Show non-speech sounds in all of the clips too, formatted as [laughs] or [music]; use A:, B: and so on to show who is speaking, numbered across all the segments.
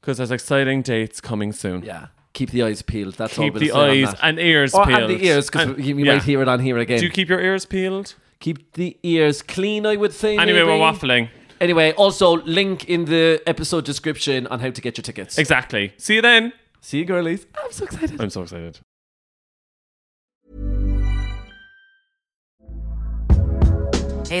A: because there's exciting dates coming soon.
B: yeah, keep the eyes peeled. That's all
A: Keep
B: we'll
A: the
B: say on
A: eyes
B: that.
A: and ears
B: or
A: peeled.
B: and the ears because
A: And-
B: you, you
A: yeah.
B: might hear it on here again.
A: Do you keep your ears peeled?
B: keep the ears clean, I would say.
A: Anyway,
B: maybe.
A: we're waffling.
B: Anyway, also link in the episode description on how to get your tickets.
A: Exactly. See you then.
B: See you, girlies. I'm so excited.
A: I'm so excited.
C: Hey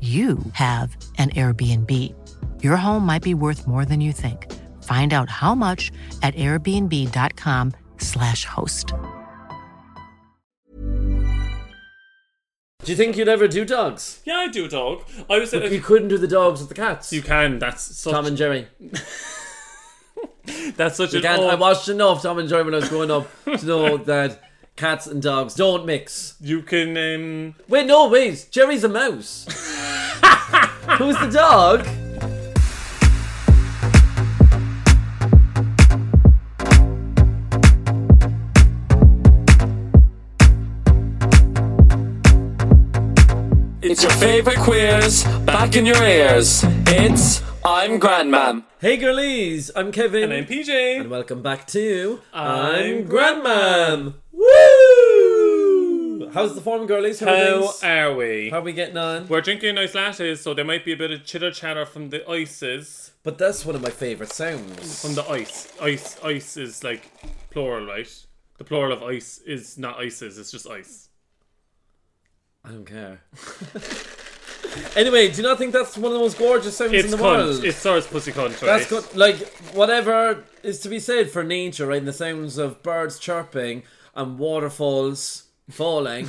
C: you have an Airbnb. Your home might be worth more than you think. Find out how much at airbnb.com/slash host.
B: Do you think you'd ever do dogs?
A: Yeah, I do, dog. I was
B: You couldn't do the dogs with the cats.
A: you can. That's such.
B: Tom and
A: [laughs]
B: Jerry.
A: that's such
B: You
A: an.
B: can't,
A: old-
B: I watched enough Tom and Jerry when I was growing up to
A: [laughs]
B: know that cats and dogs don't mix.
A: you can. Um,
B: Wait, no, wait. Jerry's a mouse. [laughs] Who's the dog?
D: It's your favorite queers back in your ears. It's I'm Grandmam.
B: Hey, girlies. I'm Kevin.
A: and I'm PJ.
B: Welcome back to
A: I'm
B: Grandmam. Woo! How's the form, girlies? How, are
A: How
B: things?
A: are we?
B: How are we getting on?
A: We're drinking nice lattes, so there might be a bit of chitter chatter from the ices.
B: But that's one of my favourite sounds.
A: From the ice. Ice ice is like plural, right? The plural of ice is not ices, it's just ice.
B: I don't care.
A: [laughs]
B: anyway, do you not think that's one of the most gorgeous sounds
A: It's
B: in the
A: cunt.
B: world?
A: It's Sarah's pussy cunt, right?
B: That's good. Like whatever is to be said for nature, right? And the sounds of birds chirping and waterfalls
A: [laughs]
B: falling.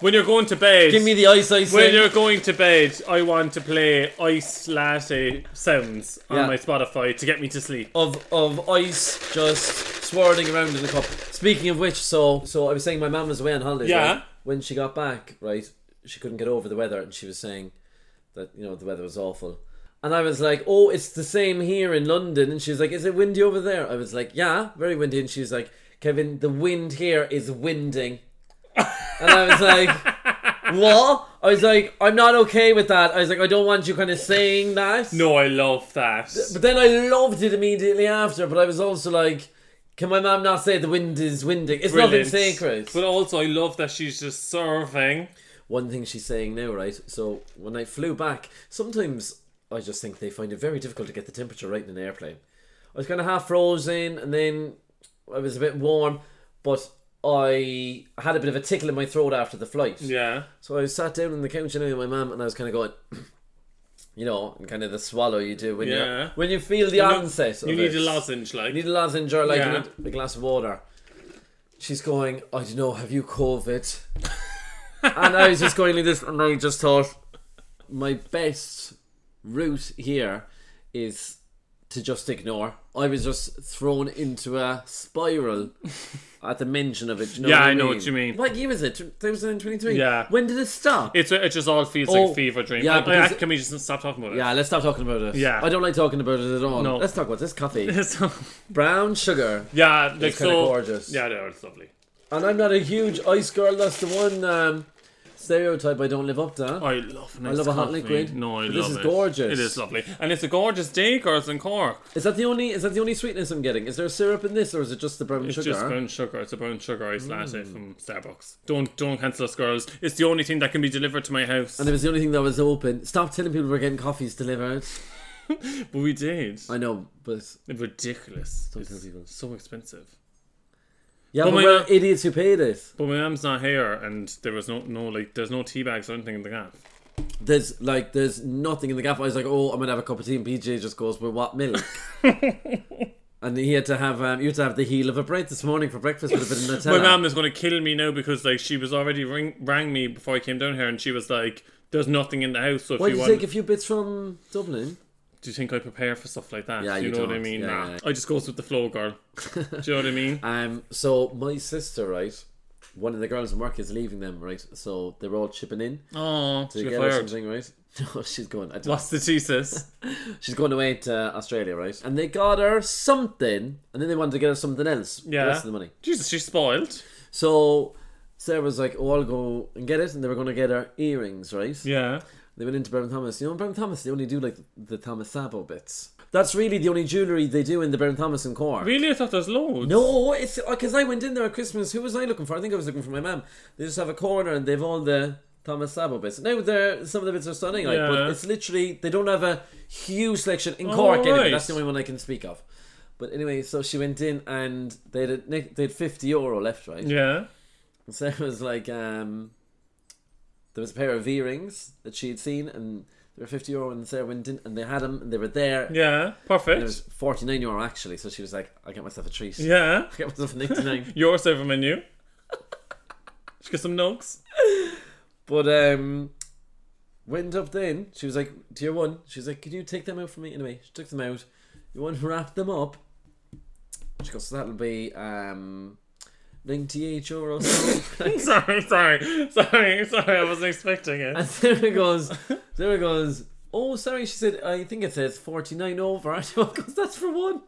A: When you're going to bed.
B: Give me the ice, ice.
A: when
B: thing.
A: you're going to bed, I want to play ice latte sounds on
B: Yeah.
A: my Spotify to get me to sleep.
B: of of ice just swirling around in the cup. Speaking of which, so so I was saying my mum was away on holidays.
A: Yeah.
B: right? When she got back, right, she couldn't get over the weather, and she was saying that you know the weather was awful. And I was like, "Oh, it's the same here in London." And she was like, "Is it windy over there?" I was like, "Yeah, very windy." And she was like, "Kevin, the wind here is winding." and I was
A: [laughs]
B: like, "What?" I was like, "I'm not okay with that." I was like, "I don't want you kind of saying that."
A: No, I love that.
B: But then I loved it immediately after. But I was also like, can my mum not say the wind is winding? It's
A: Brilliant.
B: nothing sacred.
A: But also, I love that she's just serving.
B: One thing she's saying now, right? So when I flew back, sometimes I just think they find it very difficult to get the temperature right in an airplane. I was kind of half frozen, and then I was a bit warm, but I had a bit of a tickle in my throat after the flight.
A: Yeah.
B: So I sat down on the couch and with my mum, and I was kind of going, [clears throat] you know, and kind of the swallow you do when
A: Yeah.
B: you when you feel the onset. of
A: You need
B: it.
A: a lozenge, like.
B: need a lozenge or like
A: Yeah.
B: a, a glass of water. She's going, I don't know, have you
A: [laughs]
B: COVID? and I was just going like this, and I just thought, my best route here is to just ignore. I was just thrown into a spiral at the mention of it. You know
A: Yeah,
B: what
A: I know what you mean.
B: What year was it? 2023?
A: Yeah.
B: When did it stop?
A: It's it just all feels
B: Oh,
A: like a fever dream.
B: yeah,
A: Yeah,
B: because-
A: can we just stop talking about it?
B: yeah, let's stop talking about it.
A: Yeah.
B: I don't like talking about it at all.
A: No.
B: Let's talk about this
A: [laughs]
B: coffee.
A: Yeah. so,
B: Brown sugar.
A: yeah, like
B: kinda
A: so
B: gorgeous.
A: Yeah, they are, it's lovely.
B: And I'm not a huge ice girl. That's the one um, stereotype I don't live up to.
A: I love nice
B: love a hot
A: coffee.
B: liquid.
A: No, I
B: But
A: love
B: this is
A: it.
B: gorgeous.
A: It is lovely, and it's a gorgeous day, girls in Cork.
B: Is that the only is that the only sweetness I'm getting? Is there syrup in this, or is it just the brown
A: It's
B: sugar? Mm.
A: just brown sugar. It's a brown sugar iced latte from Starbucks. Don't don't cancel us, girls. It's the only thing that can be delivered to my house.
B: and it was the only thing that was open. Stop telling people we're getting coffees delivered.
A: but we did.
B: I know, but
A: It's ridiculous.
B: tell people.
A: It's so expensive.
B: yeah,
A: Well,
B: but
A: my-
B: we're idiots who paid it.
A: But my mum's not here, and there was no no like there's no tea bags or anything in the gap.
B: There's like there's nothing in the gaff. I was like, oh, I'm gonna have a cup of tea, and PJ just goes, with what milk?
A: [laughs]
B: and he had to have um, you had to have the heel of a bread this morning for breakfast with a bit of
A: [laughs] My
B: Nutella.
A: mum is going to kill me now because like she was already ring, rang me before I came down here, and she was like, "There's nothing in the house, so if
B: Why
A: you
B: did you
A: want,
B: take a few bits from Dublin?
A: do you think I prepare for stuff like that?
B: Yeah,
A: Do you,
B: you
A: know what I
B: don't.
A: mean?
B: Yeah,
A: nah,
B: yeah.
A: I just goes with the flow, girl. do you know what
B: [laughs]
A: I mean?
B: Um, so my sister, right, one of the girls in work is leaving them, right? So they're all chipping in
A: Oh,
B: to
A: she got
B: get her
A: fired.
B: something, right? [laughs] No, she's going. I don't,
A: What's the
B: [laughs]
A: thesis?
B: she's going away to Australia, right? And they got her something, and then they wanted to get her something else.
A: Yeah.
B: the rest of the money.
A: Jesus, she's spoiled.
B: So Sarah was like, "Oh, I'll go and get it," and they were going to get her earrings, right?
A: Yeah.
B: They went into Baron Thomas. You know, Baron Thomas, they only do like the Thomas Sabo bits. That's really the only jewellery they do in the Baron Thomas and Cork.
A: Really, I thought there's loads.
B: No, it's because I went in there at Christmas. Who was I looking for? I think I was looking for my mum. They just have a corner and they've all the Thomas Sabo bits. Now they're some of the bits are stunning, like,
A: Yeah. Oh,
B: but it's literally they don't have a huge selection in Cork. anyway.
A: right.
B: That's the only one I can speak of. But anyway, so she went in and they had a, they had fifty euro left, right?
A: Yeah.
B: So it was like um, there was a pair of earrings that she had seen, and they were fifty euro, and Sarah went in, and they had them, and they were there.
A: Yeah.
B: And it
A: Perfect.
B: was forty nine euro actually, so she was like, "I get myself a treat.
A: Yeah.
B: I [laughs] get myself a ninety nine.
A: Your server menu. she got some nugs. [laughs]
B: but um, went up then. She was like, "Dear one," she was like, "Could you take them out for me?" Anyway, she took them out. You want to wrap them up? She goes, so "That'll be um, ninety eight euro." [laughs]
A: sorry, sorry, sorry, sorry. I wasn't expecting
B: [laughs]
A: it.
B: And Sarah goes, Sarah goes, oh, sorry. She said, I think it says 49 over. [laughs] And she goes, that's for one.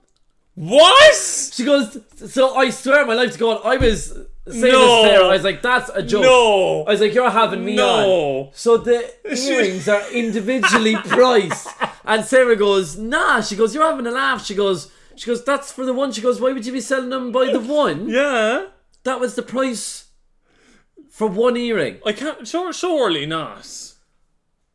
A: What?
B: She goes, so I swear my life to God, I was saying
A: No.
B: this to Sarah. I was like, that's a joke.
A: No.
B: I was like, you're having me on.
A: no.
B: So
A: [laughs]
B: the earrings are individually priced. And Sarah goes, nah. She goes, you're having a laugh. She goes, she goes, that's for the one. She goes, why would you be selling them by
A: [laughs]
B: the one?
A: Yeah.
B: That was the price for one earring.
A: I can't. Sure, surely not. So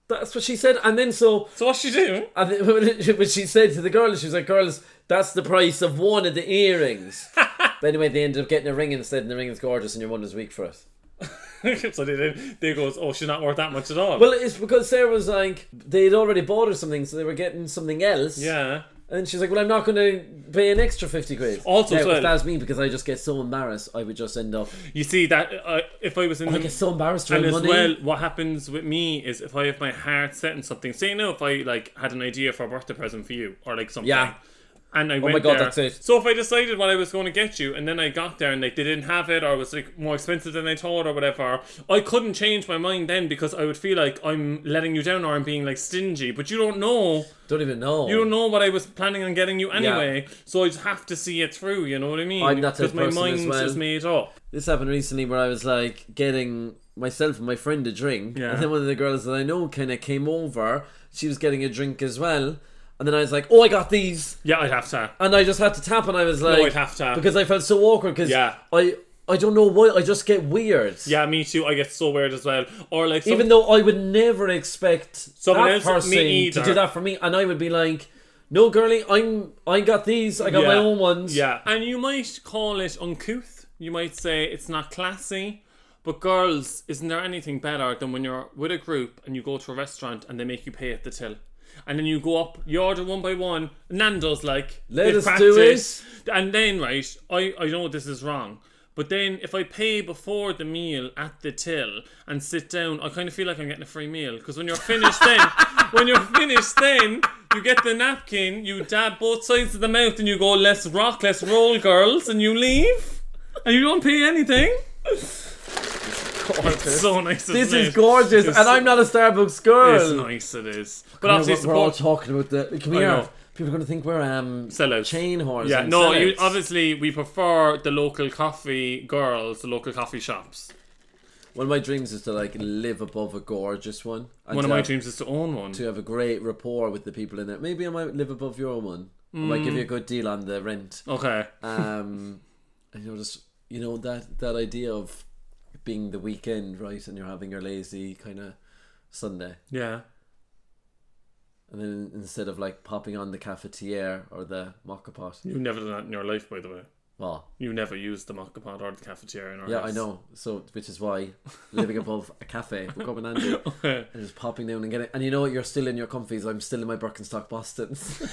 B: That's what she said. And then so
A: what's she doing?
B: And then [laughs] when she- when she said to the girls, she was like, "Girls, that's the price of one of the
A: [laughs]
B: earrings." but anyway, they ended up getting a ring instead, and the ring is gorgeous, and your one is weak for it.
A: [laughs] so they did. They goes. Oh, she's not worth that much at all.
B: Well, it's because Sarah was like, they had already bought her something, so they were getting something else.
A: yeah.
B: And she's like, "Well, I'm not going to pay an extra fifty quid."
A: Also,
B: now,
A: so-
B: if that's me because I just get so embarrassed, I would just end up.
A: You see that? Uh, if I was in
B: I
A: the
B: get so embarrassed for
A: and
B: my
A: as
B: money.
A: well, what happens with me is if I have my heart set in something. Say now if I like had an idea for a birthday present for you or like something.
B: Yeah.
A: And I oh went
B: my God,
A: there.
B: that's it.
A: So if I decided what I was going to get you, and then I got there and like they didn't have it, or it was like more expensive than I thought, or whatever, I couldn't change my mind then because I would feel like I'm letting you down or I'm being like stingy. But you don't know,
B: don't even know.
A: you don't know what I was planning on getting you anyway. So I just have to see it through. You know what I mean?
B: I'm that type
A: Because my
B: person as
A: mind's
B: well.
A: just made up.
B: This happened recently where I was like getting myself and my friend a drink,
A: Yeah.
B: and then one of the girls that I know kind of came over. She was getting a drink as well, and then I was like, "Oh, I got these,"
A: Yeah, I'd have to.
B: and I just had to tap, and I was like,
A: I'd have to.
B: because I felt so awkward because
A: Yeah.
B: I I don't know why I just get weird.
A: Yeah, me too. I get so weird as well. Or like some-
B: Even though I would never expect
A: Someone
B: that
A: else- me
B: person to
A: either.
B: do that for me, and I would be like, "No, girlie, I'm I got these. I got my own ones."
A: Yeah. And you might call it uncouth. You might say it's not classy. But girls, isn't there anything better than when you're with a group and you go to a restaurant and they make you pay at the till? And then you go up, you order one by one. Nando's like,
B: Let
A: they've
B: us do
A: practiced. And then, right, I, I know this is wrong. But then if I pay before the meal at the till and sit down, I kind of feel like I'm getting a free meal. Because when you're finished
B: [laughs]
A: then, when you're finished then, you get the napkin, you dab both sides of the mouth and you go, let's rock, let's roll, girls, and you leave. And you don't pay anything. It's so nice.
B: This
A: isn't
B: is
A: it?
B: gorgeous,
A: It's
B: and I'm not a Starbucks girl.
A: It's nice, it is. But
B: Yeah,
A: obviously,
B: we're, we're all
A: support.
B: talking about the. Come
A: I
B: here.
A: know.
B: People are going to think we're um
A: Sellouts.
B: chain whores.
A: Yeah,
B: and
A: no, you,
B: sellouts.
A: obviously we prefer the local coffee girls, the local coffee shops.
B: One of my dreams is to like live above a gorgeous one. and
A: One
B: to
A: of my
B: have-
A: dreams is to own one.
B: to have a great rapport with the people in it. Maybe I might live above your one. I might
A: Mm.
B: give you a good deal on the rent.
A: Okay.
B: Um, and you know, just you know that that idea of being the weekend, right? And you're having your lazy kind of Sunday,
A: Yeah.
B: and then instead of like popping on the cafetiere or the mocha pot,
A: You've never done that in your life, by the way.
B: well,
A: You never used the mocha pot or the cafeteria in our
B: yeah,
A: house.
B: I
A: [laughs]
B: know. So, which is why living above a cafe would come in handy.
A: Okay.
B: and just popping down and getting. And you know what? You're still in your comfies. I'm still in my Birkenstock Bostons. [laughs]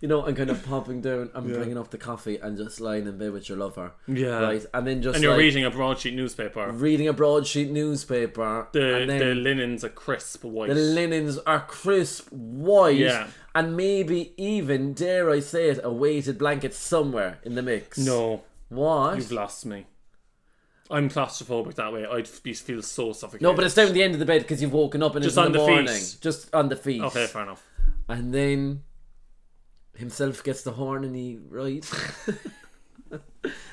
B: you know, I'm kind of popping down. I'm bringing up the coffee and just lying in bed with your lover.
A: Yeah.
B: Right, and then just
A: And you're
B: like,
A: reading a broadsheet newspaper.
B: reading a broadsheet newspaper.
A: The,
B: and then
A: the linens are crisp white.
B: the linens are crisp white.
A: Yeah.
B: And maybe even, dare I say it, a weighted blanket somewhere in the mix.
A: no,
B: What?
A: you've lost me. I'm claustrophobic that way. I'd be, feel so suffocated.
B: no, but it's down the end of the bed because you've woken up and it's
A: Just
B: in
A: on
B: the,
A: the feet.
B: morning. Just on the feet.
A: Okay, fair enough.
B: and then himself gets the horn and he right. [laughs]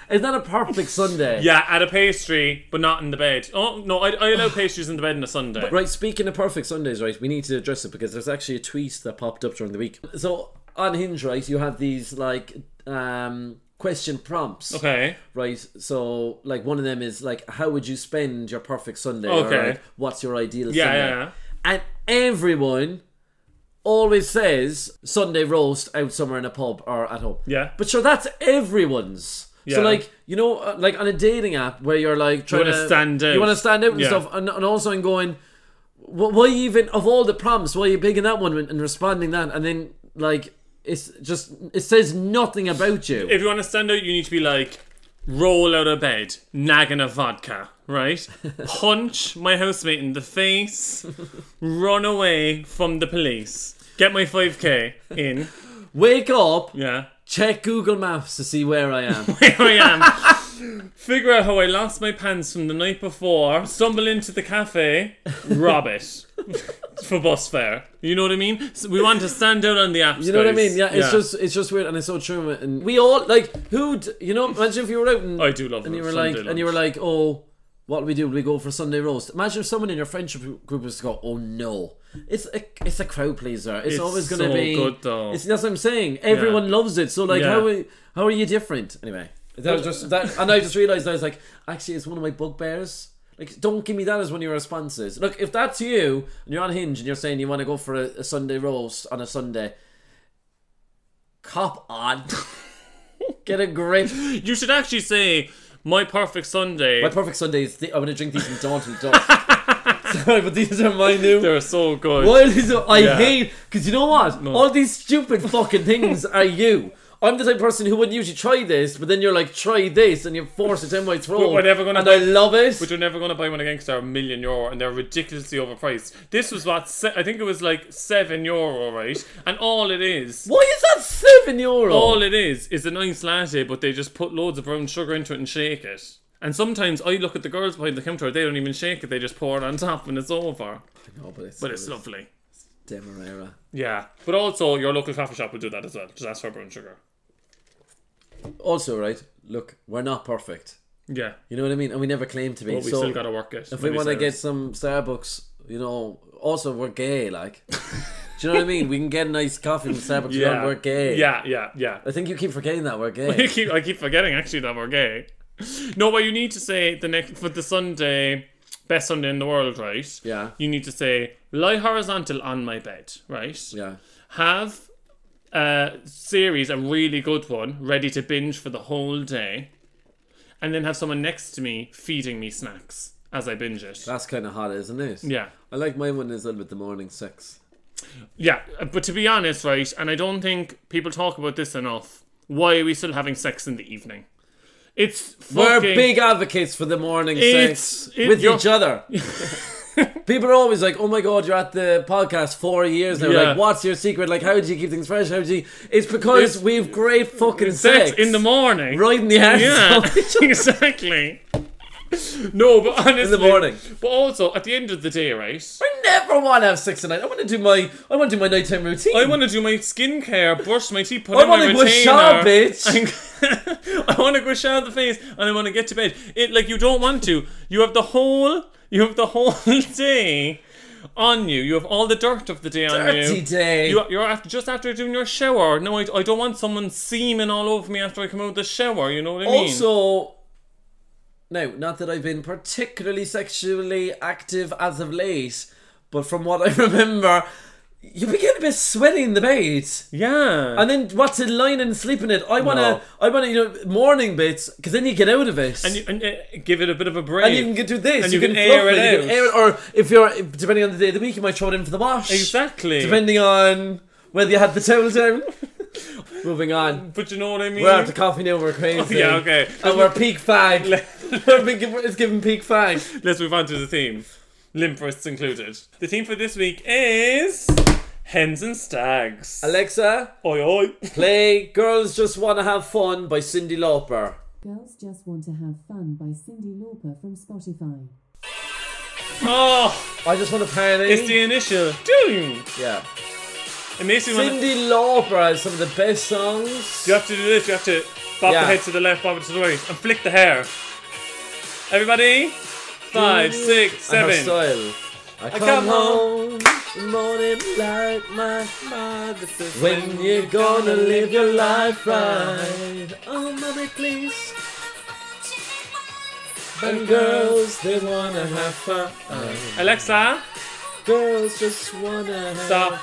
B: Is that a perfect Sunday?
A: Yeah, at a pastry, but not in the bed. Oh, no, I, I
B: [sighs]
A: allow pastries in the bed on a Sunday.
B: Right, speaking of perfect Sundays, right, we need to address it because there's actually a tweet that popped up during the week. So on Hinge, right, you have these like um question prompts.
A: Okay.
B: Right. So like one of them is like how would you spend your perfect Sunday?
A: Okay.
B: like, what's your ideal
A: Yeah,
B: Sunday?
A: yeah, yeah.
B: And everyone always says Sunday roast out somewhere in a pub or at home.
A: Yeah.
B: But sure, that's everyone's. So
A: Yeah.
B: like you know, uh, like on a dating app where you're like trying
A: wanna
B: to
A: stand out.
B: You want to stand out and
A: Yeah.
B: stuff, and, and also I'm going. wh- Why even of all the prompts? Why are you picking that one and and responding that, and then like it's just it says nothing about you.
A: If you want to stand out, you need to be like, roll out of bed, nagging a vodka,
B: [laughs]
A: right? Punch my housemate in the face, run away from the police, get my 5k in.
B: Wake up,
A: Yeah. [laughs]
B: check Google Maps to see where I am.
A: Here I am. Figure out how I lost my pants from the night before, stumble into the cafe, rob it [laughs] for bus fare. You know what I mean? So we want to stand out on the app.
B: You know what I mean? Yeah, it's just it's just weird, and it's so true. And we all like who d- you know. Imagine if you were out and
A: I do love
B: and
A: a
B: you were
A: Sunday
B: like and you were
A: lunch.
B: like, oh, what do we do? We go for Sunday roast. Imagine if someone in your friendship group was to go, oh no, it's a it's a crowd pleaser. It's,
A: It's
B: always gonna
A: so
B: be
A: good, though.
B: It's that's what I'm saying. Everyone loves it. So like,
A: Yeah.
B: how are, how are you different anyway? That was just that, and I just realized I was like, actually, it's one of my bugbears. Like, don't give me that as one of your responses. Look, if that's you and you're on Hinge and you're saying you want to go for a, a Sunday roast on a Sunday, cop on, [laughs] get a grip.
A: You should actually say, my perfect Sunday.
B: My perfect Sunday is th- I'm gonna drink these from dawn till dusk. [laughs] Sorry, but these are my new.
A: They're so good.
B: Why are these? I
A: Yeah.
B: hate because you know what? All these stupid fucking things are you. I'm the type of person who wouldn't usually try this, but then you're like, try this, and you force it down my throat.
A: we're never gonna
B: and
A: buy-
B: I love it.
A: But you're never going to buy one again because they're a million euro and they're ridiculously overpriced. This was what, se- I think it was like seven euro, right? And all it is,
B: Why is that seven euro?
A: all it is, is a nice latte, but they just put loads of brown sugar into it and shake it. And sometimes I look at the girls behind the counter, they don't even shake it, they just pour it on top and it's over.
B: No, but it's,
A: But it's lovely.
B: Demerara.
A: Yeah. But also, your local coffee shop will do that as well. Just ask for brown sugar.
B: Also, right? Look, we're not perfect.
A: Yeah.
B: You know what I mean? And we never claim to be.
A: But we
B: so
A: still got to work it.
B: if we want to get some Starbucks, you know, also we're gay,
A: [laughs]
B: like. Do you know what I mean? We can get a nice coffee from Starbucks. we don't-
A: yeah.
B: we're gay.
A: Yeah, yeah, yeah.
B: I think you keep forgetting that we're
A: [laughs] I
B: gay.
A: keep, I keep forgetting actually that we're gay. No, but you need to say the next for the Sunday, best Sunday in the world, right?
B: Yeah.
A: You need to say lie horizontal on my bed, right?
B: yeah.
A: Have a series, a really good one, ready to binge for the whole day, and then have someone next to me feeding me snacks as I binge it.
B: That's kind of hot, isn't it?
A: yeah.
B: I like my one is with the morning sex.
A: Yeah, but to be honest, right, and I don't think people talk about this enough. Why are we still having sex in the evening? It's
B: We're
A: fucking-
B: big advocates for the morning
A: It's-
B: sex
A: it-
B: with
A: you're-
B: each
A: [laughs]
B: other. People are always like, "Oh my god, you're at the podcast four years now.
A: Yeah.
B: Like, what's your secret? Like, how do you keep things fresh? How do you?" It's because
A: It's-
B: we've great fucking
A: sex in the morning.
B: [laughs] right in the ass.
A: Yeah, exactly. No, but honestly,
B: morning.
A: But also at the end of the day, right?
B: I never want to have sex at night. I want to do my I want to do my nighttime routine.
A: I want to do my skincare, brush my teeth, put
B: I
A: on my
B: wanna
A: retainer.
B: go shop, bitch.
A: and- [laughs] I want to go shower the face, and I want to get to bed. It like you don't want to. You have the whole, you have the whole [laughs] day on you. You have all the dirt of the day on you.
B: Dirty day.
A: You, you're after just after doing your shower. No, I, I don't want someone semen all over me after I come out of the shower. You know what I mean?
B: also, no, not that I've been particularly sexually active as of late, but from what [laughs] I remember, you begin a bit sweaty in the bed.
A: yeah.
B: And then what's in lying and sleep in it? I wanna,
A: No.
B: I wanna, you know, morning bits because then you get out of it,
A: and, you, and uh, give it a bit of a break.
B: And you can get to this,
A: And
B: you, can,
A: air
B: fluff
A: it
B: it, you can
A: out.
B: air it, or if you're depending on the day of the week, you might throw it in for the wash.
A: Exactly.
B: Depending on whether you had the towel down. [laughs] Moving on.
A: but you know what I mean.
B: We're out of coffee now. We're crazy.
A: Oh, yeah, okay.
B: And we're peak
A: [laughs]
B: fag. We're big- it's giving peak fag.
A: Let's move on to the theme. Limp wrists included. The theme for this week is hens and stags.
B: Alexa, [laughs]
A: Oi oi.
B: play "Girls Just Wanna Have Fun" by Cindy Lauper.
E: Girls Just Want to Have Fun by Cindy Lauper from Spotify.
A: Oh,
B: I just want to party.
A: it's the initial. Doom.
B: yeah.
A: It makes me want to.
B: Cindy Lauper has some of the best songs.
A: You have to do this. You have to bob
B: Yeah.
A: the head to the left, bob it to the right, and flick the hair. Everybody, five, six,
B: And her
A: seven.
B: style. I come,
A: come
B: home
A: home
B: in the morning like my
A: Ah, this is
B: When you're gonna live your life right. Oh, mommy, please. And girls, they wanna have fun.
A: Alexa,
B: Girls just wanna have
A: stop.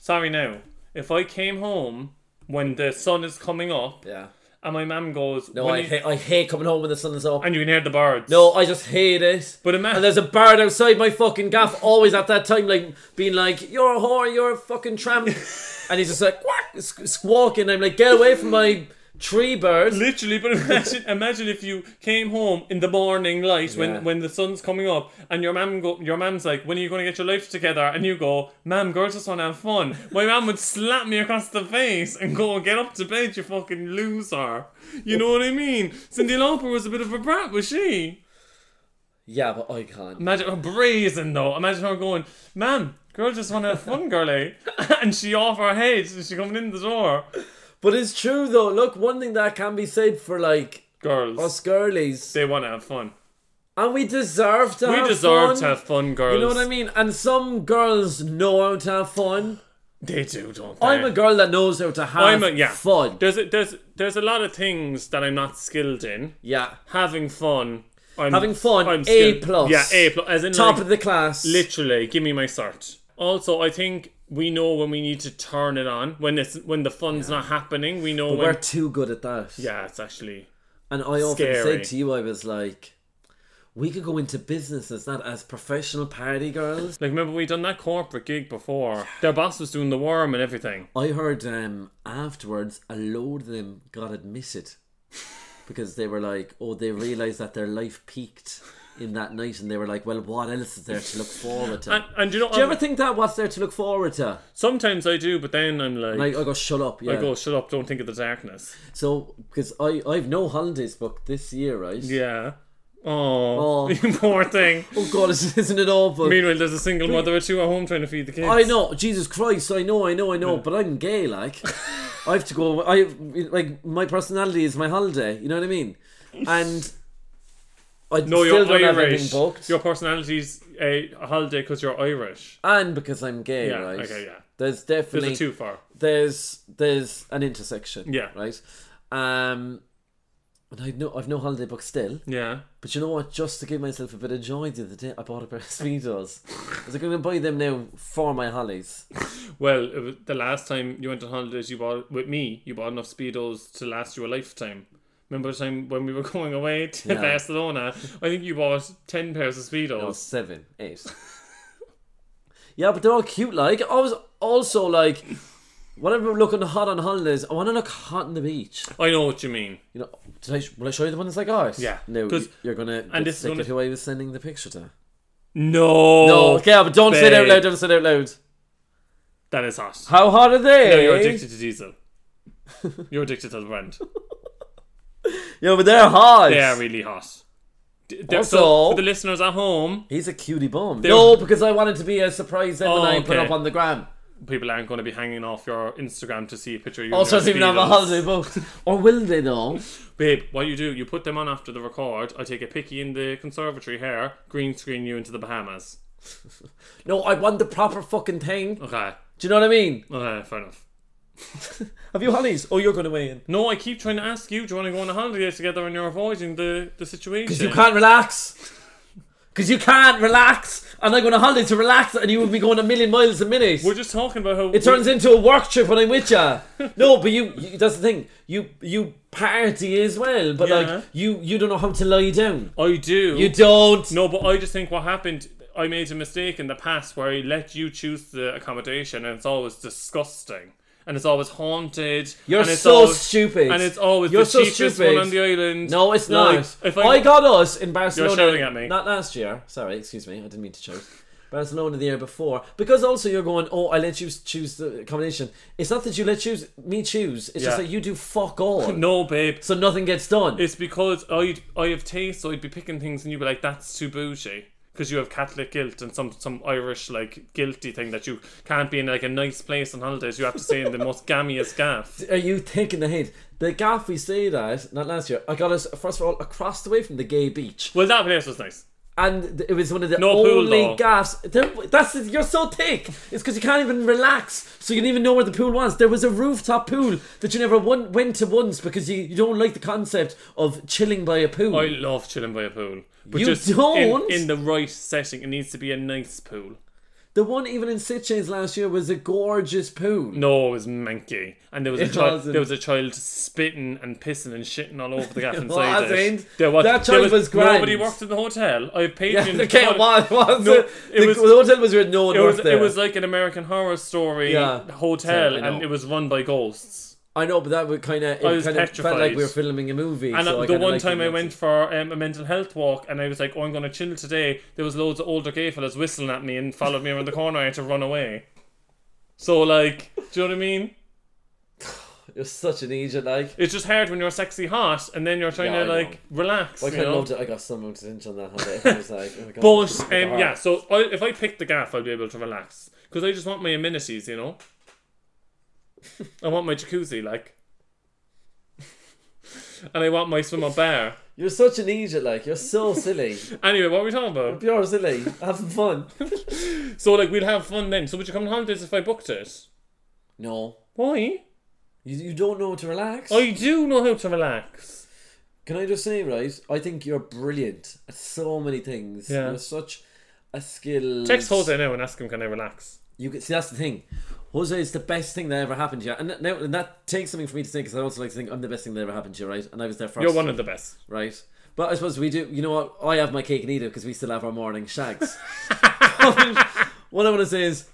A: Sorry now. If I came home when the sun is coming up
B: Yeah.
A: and my mum goes,
B: No,
A: when
B: I,
A: you-
B: hate, I hate coming home when the sun is up.
A: and you can hear the birds.
B: No, I just hate it.
A: But ima-
B: and there's a bird outside my fucking gaff always at that time, like being like, "You're a whore, you're a fucking
A: [laughs]
B: tramp," and he's just like quack squ- squawking. I'm like, "Get away from my tree, bird!"
A: Literally,
B: [laughs]
A: but imagine, imagine if you came home in the morning light
B: Yeah.
A: when, when the sun's coming up, and your mum go, your mum's like, "When are you going to get your life together?" And you go, "Mum, girls just want to have fun." My mum would slap me across the face and go, "Get up to bed, you fucking loser." You know what I mean? Cindy Lauper was a bit of a brat, was she?
B: Yeah, but I can't.
A: Imagine her brazen though. Imagine her going, "Mum, girls just want to have fun, girlie," [laughs] and she off her head and she coming in the door.
B: But it's true though. Look, one thing that can be said for like
A: Girls,
B: us girlies,
A: they want to have fun.
B: and we deserve to.
A: We
B: have
A: deserve
B: fun.
A: to have fun, girls.
B: You know what I mean? And some girls know how to have fun.
A: They do, don't they?
B: I'm a girl that knows how to have
A: I'm a- yeah.
B: fun.
A: There's a, there's there's a lot of things that I'm not skilled in.
B: Yeah.
A: Having fun. I'm,
B: Having fun,
A: I'm
B: A
A: skilled-
B: plus.
A: Yeah, A plus. As in
B: Top
A: like,
B: of the class.
A: Literally, give me my cert. Also, I think we know when we need to turn it on. When it's when the fun's not happening, we know
B: But
A: when.
B: we're too good at that.
A: yeah, it's actually.
B: And I often
A: Scary.
B: said to you, I was like, we could go into business as that as professional party girls.
A: Like remember we done that corporate gig before. Their boss was doing the worm and everything.
B: I heard um, afterwards a load of them got admitted [laughs] because they were like, oh, they realised that their life peaked in that night and they were like, well, what else is there to look forward to?
A: And, and you know,
B: do you ever think that what's there to look forward to?
A: sometimes I do, but then I'm like,
B: And I, I go, shut up. Yeah.
A: I go, shut up, don't think of the darkness.
B: So, because I, I've no holidays booked this year, right?
A: Yeah. Oh,
B: Oh.
A: you [laughs] poor thing.
B: Oh, God, [laughs] isn't it awful?
A: Meanwhile, there's a single mother or two at home trying to feed the kids.
B: I know, Jesus Christ, I know, I know, I know, but I'm gay, like. I have to go, I like, my personality is my holiday, you know what I mean? And I still
A: No, you're
B: don't have
A: Irish.
B: anything booked.
A: Your personality's a holiday because you're Irish.
B: And because I'm gay,
A: Yeah,
B: right?
A: okay, yeah.
B: There's
A: There's
B: definitely,
A: a too far.
B: there's, there's an intersection.
A: Yeah.
B: Right? Um, and I've no, I've no holiday booked still.
A: Yeah.
B: But you know what? Just to give myself a bit of joy the other day, I bought a pair of
A: [laughs]
B: Speedos. I was like, I'm going to buy them now for my hollies.
A: Well, it was the last time you went on holidays, you bought with me. You bought enough speedos to last you a lifetime. Remember the time when we were [laughs] going away to
B: Yeah.
A: Barcelona? I think you bought ten pairs of
B: No,
A: speedos.
B: seven, eight. [laughs] yeah, but they're all cute. Like I was also like, whenever I'm looking hot on holidays, I want to look hot on the beach.
A: I know what you mean.
B: You know, did I, will I show you the ones I got?
A: Yeah,
B: No,
A: 'cause-
B: you're gonna
A: and
B: and
A: this is
B: this sick
A: gonna-
B: at who I was sending the picture to.
A: No.
B: No, okay, but don't say it out
A: babe.
B: loud. Don't say it out loud.
A: That is hot.
B: How hot are they?
A: No, you're addicted to
B: [laughs]
A: diesel. You're addicted to the brand.
B: Yeah, but they're hot.
A: They are really hot. D- there-
B: Also-
A: so for the listeners at home,
B: He's a cutie bum.
A: They-
B: no, because I wanted to be a surprise then
A: Oh,
B: when I put
A: okay.
B: up on the gram.
A: people aren't going to be hanging off your Instagram to see a picture of you. and
B: Also,
A: your
B: it's even have a
A: Speedos.
B: holiday booked. Or will they though? [laughs]
A: Babe, what you do, you put them on after the record. I take a picky in the conservatory hair, green screen you into the Bahamas.
B: No, I want the proper fucking thing. Do
A: Okay.
B: you know what I mean?
A: Okay, fair enough.
B: [laughs] Have you holidays? Oh, you're going to weigh in.
A: No, I keep trying to ask you, do you want to go on a holiday together and you're avoiding the, the situation?
B: Because you can't relax. [laughs] Because you can't relax. And I go on a holiday to relax and you would be going a million miles a minute.
A: We're just talking about how
B: It turns into a work trip when I'm with [laughs] ya. No, but you, you that's the thing. You you party as well, but
A: Yeah.
B: like you you don't know how to lie down.
A: I do.
B: You don't.
A: No, but I just think what happened, I made a mistake in the past where I let you choose the accommodation, and it's always disgusting, and it's always haunted.
B: You're
A: and it's
B: so
A: always-
B: stupid.
A: and it's always
B: You're
A: the
B: so
A: cheapest
B: stupid.
A: one on the island.
B: No, it's
A: Like,
B: not.
A: If
B: I,
A: I,
B: got us in Barcelona.
A: shouting at me.
B: Not last year. Sorry, excuse me. I didn't mean to shout. Barcelona the year before. Because also you're going, oh, I let you choose the accommodation. It's not that you let choose me choose. It's just
A: Yeah.
B: that you do fuck all.
A: [laughs] no, babe.
B: So nothing gets done.
A: It's because I I have taste, so I'd be picking things, and you'd be like, "That's too bougie," because you have Catholic guilt and some some Irish like guilty thing that you can't be in like a nice place on holidays. You have to stay
B: [laughs]
A: in the most gammiest gaff.
B: Are you taking the hint? The gaff we stayed at, not last year, I got us, first of all, across the way from the gay beach.
A: Well, that place was nice.
B: And th- it was one of the
A: No pool,
B: only
A: though.
B: gaffs. There, that's it, You're so thick. It's because you can't even relax. So you didn't even know where the pool was. There was a rooftop pool that you never one, went to once because you, you don't like the concept of chilling by a pool.
A: I love chilling by a pool. But
B: You
A: just in-
B: don't?
A: In, the right setting, it needs to be a nice pool.
B: the one even in Sitges last year was a gorgeous pool. [laughs]
A: No, it was manky, and there was a
B: It
A: child.
B: wasn't.
A: There was a child spitting and pissing and shitting all over the
B: [laughs]
A: gaff inside
B: wasn't.
A: it. There was,
B: That
A: there
B: child was grand.
A: Nobody worked in the hotel. I have
B: Yeah, [laughs]
A: patrons.
B: okay, it was, was
A: No,
B: it?
A: it
B: the,
A: was-
B: the hotel was where no one
A: It
B: worked
A: was,
B: there.
A: it was like an American Horror Story
B: Yeah.
A: hotel,
B: Yeah, I know.
A: and it was run by ghosts.
B: I know, but that would kind of it
A: I was
B: kind of felt like
A: petrified.
B: we were filming a movie.
A: And
B: so
A: uh,
B: I
A: the
B: kinda
A: one
B: liked
A: time
B: it.
A: I went for um, a mental health walk, and I was like, "Oh, I'm going to chill today." There was loads of older gay fellas whistling at me and followed me around the corner. I had to run away. So, like, do you know what I mean?
B: it was such an Egypt like.
A: It's just hard when you're sexy hot and then you're trying
B: Yeah,
A: to
B: I
A: like relax.
B: I
A: you
B: kind of
A: know?
B: loved it. I got so much attention on that holiday. I was like, oh my God,
A: But
B: it's
A: um,
B: hard.
A: yeah, so I, if I pick the gaff, I'll be able to relax because I just want my amenities. You know, [laughs] I want my jacuzzi, like, [laughs] and I want my swimmer bar.
B: you're such an Egypt like. You're
A: [laughs]
B: so silly.
A: Anyway, what are we talking about?
B: You're silly. Having fun.
A: So like, we'd have fun then. So would you come on holidays if I booked it?
B: No,
A: Why?
B: you, you don't know how to relax.
A: I do know how to relax.
B: Can I just say, right? I think you're brilliant at so many things.
A: Yeah.
B: You're such a skill.
A: Text Jose now and ask him, can I relax?
B: You can see that's the thing. Jose is the best thing that ever happened to you, and that, now, and that takes something for me to say because I also like to think I'm the best thing that ever happened to you, right? And I was there 1st
A: You're one of
B: [laughs]
A: the best. [laughs]
B: right? But I suppose we do. You know what? I have my cake and eat it because we still have our morning
A: [laughs]
B: shags. what I want to say is,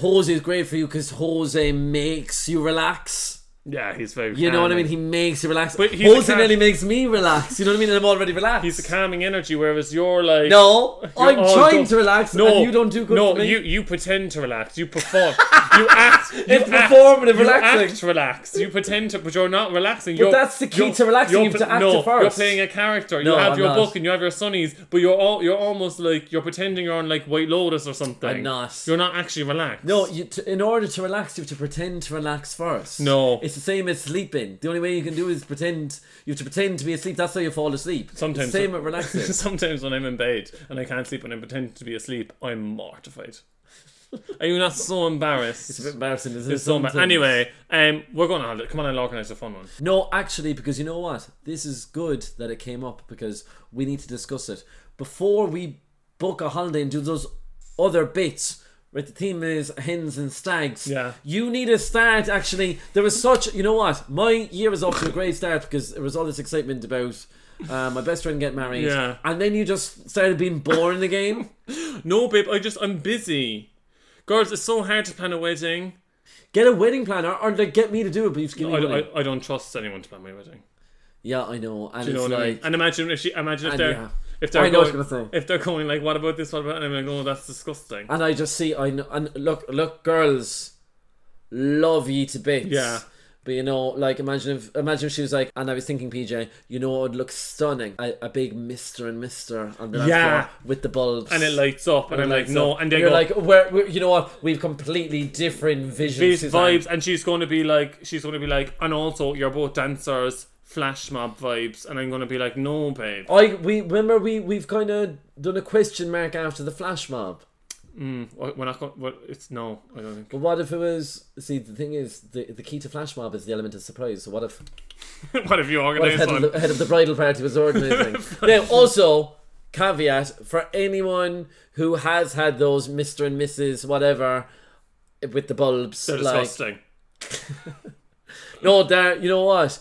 B: Jose is great for you because Jose makes you relax.
A: Yeah, he's very.
B: You know what I mean? He
A: calming.
B: makes you relax.
A: But he's a
B: Jose
A: cat-
B: nearly makes me relax. You know what I mean? And I'm already relaxed.
A: He's the calming energy, whereas you're like
B: no,
A: You're
B: I'm
A: all
B: trying
A: go-
B: to relax,
A: No,
B: and you don't do good
A: No,
B: for me.
A: you you pretend to relax. You
B: [laughs]
A: perform. you act. You
B: It's
A: act,
B: performative
A: you
B: relaxing.
A: Act relaxed. You pretend to, but you're not relaxing.
B: But
A: You're,
B: that's the key
A: you're-
B: to relaxing,
A: you're
B: you have
A: pl-
B: to act
A: no,
B: first.
A: You're playing a character. You
B: No,
A: have
B: I'm
A: your
B: not.
A: book and you have your sunnies, but you're all you're almost like you're pretending you're on like White Lotus or something.
B: I'm not.
A: You're not actually relaxed.
B: No, you, to, in order to relax, you have to pretend to relax first.
A: No.
B: it's the same as sleeping. The only way you can do is pretend. You have to pretend to be asleep. That's how you fall asleep. It's the
A: Sometimes
B: same with relaxing.
A: [laughs] Sometimes when I'm in bed and I can't sleep and I pretend to be asleep, I'm mortified. Are you not so embarrassed?
B: It's a bit embarrassing. Isn't it?
A: It's so embar-
B: sometimes?
A: Anyway, um, we're going on holiday. Come on, I'll organise a fun one.
B: No, actually, because you know what? This is good that it came up because we need to discuss it before we book a holiday and do those other bits. Right, the theme is hens and stags.
A: Yeah.
B: You need a start, actually. There was such, you know what? My year was off to a great start because there was all this excitement about uh, my best friend get married.
A: Yeah.
B: And then you just started being boring again.
A: No, babe, I just I'm busy. Girls, it's so hard to plan a wedding.
B: Get a wedding planner or like, get me to do it, but you have to give
A: I,
B: me money.
A: I, I don't trust anyone to plan my wedding.
B: Yeah, I know. And
A: Do you know
B: it's
A: what I mean?
B: like,
A: And imagine if she, imagine if
B: And
A: they're,
B: yeah.
A: if they're
B: I know what
A: going,
B: you're gonna say.
A: if they're going like, what about this? What about? And I'm like, oh, that's disgusting.
B: And I just see, I know, and look, look, girls, love ye to bits.
A: Yeah.
B: But you know, like imagine if imagine if she was like, and I was thinking, PJ, you know, it would look stunning, a, a big Mister and Mister on the dance
A: Yeah.
B: floor with the bulbs,
A: and it lights up, and,
B: It
A: I'm
B: lights
A: like, no,
B: up.
A: and they
B: you're
A: go,
B: like, "Oh, we're, we're, you know what? We've completely different visions.
A: these
B: Suzanne.
A: vibes, and she's going to be like, she's going to be like, and also you're both dancers, flash mob vibes, and I'm going to be like, no, babe,
B: I we remember we we've kind of done a question mark after the flash mob.
A: we're not going. Well, it's no, I don't think. [laughs]
B: But what if it was? See, the thing is, the the key to flash mob is the element of surprise. So what if
A: what have you
B: what if
A: organised
B: head
A: one?
B: of, the, head of the bridal party was organising?
A: [laughs]
B: now, also caveat for anyone who has had those Mister and Mrs. whatever with the bulbs,
A: They're
B: like
A: disgusting.
B: no, there. You know what?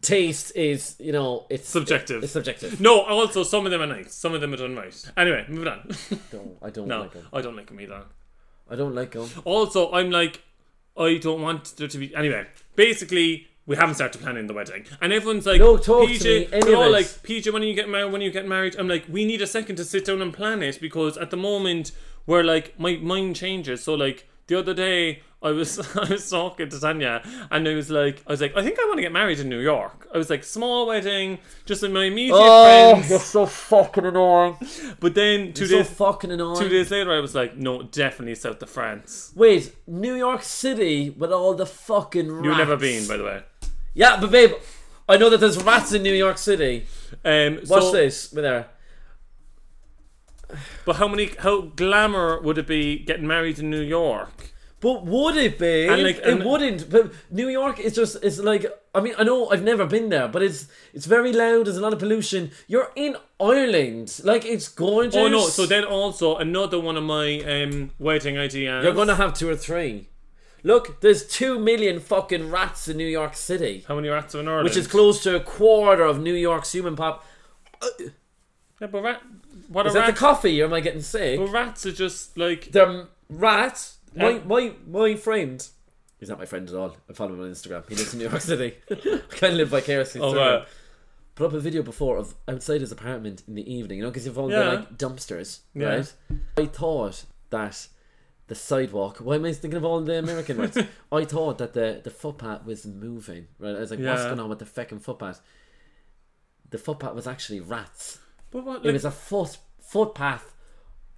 B: Taste is, you know, it's
A: Subjective.
B: It's subjective.
A: No, also some of them are nice, some of them are done right. Anyway, moving on. [laughs]
B: No, I don't
A: no,
B: like them.
A: I don't like them either.
B: I don't like them.
A: Also, I'm like, I don't want there to be. Anyway, basically, we haven't started planning the wedding, and everyone's like,
B: No, talk to
A: PJ,
B: me, any
A: they're
B: of
A: all
B: it.
A: like, PJ, when are you getting married? When are you getting married? I'm like, we need a second to sit down and plan it because at the moment we're like, my mind changes. So like the other day. I was [laughs] I was talking to Tanya and I was like I was like I think I want to get married in New York. I was like small wedding, just with my
B: [laughs]
A: immediate friends.
B: Oh, so fucking annoying.
A: But then 2
B: so
A: days
B: fucking annoying.
A: two days later I was like no, definitely south of France.
B: Wait, New York City with all the fucking rats.
A: You've never been, by the way.
B: Yeah, but babe, I know that there's rats in New York City.
A: Um,
B: Watch
A: so-
B: this with her.
A: But how many? How glamour would it be getting married in New York?
B: But would it be?
A: And, like,
B: it
A: and-
B: wouldn't. But New York is just it's like I mean I know I've never been there, but it's it's very loud. There's a lot of pollution. You're in Ireland, like it's gorgeous.
A: Oh no! So then also another one of my um, wedding ideas.
B: you're gonna have two or three. Look, there's two million fucking rats in New York City,
A: how many rats are in Ireland?
B: which is close to a quarter of New York's human pop.
A: Yeah, but rat. What
B: Is
A: are
B: that the
A: rats?
B: coffee? Or am I getting sick?
A: but rats are just like
B: the rat, my,
A: Um,
B: my, my friend. He's not my friend at all. I follow him on Instagram. He lives in New York City. [laughs] I kind of live vicariously
A: Oh,
B: through
A: right.
B: him. Put up a video before of outside his apartment in the evening, you know, because you've all
A: Yeah.
B: got like dumpsters,
A: Yeah.
B: right? I thought that the sidewalk. Why am I thinking of all the American
A: [laughs]
B: words? I thought that the the footpath was moving. Right? I was like, what's
A: Yeah.
B: going on with the fucking footpath? The footpath was actually rats.
A: But what?
B: It
A: Like,
B: was a foot footpath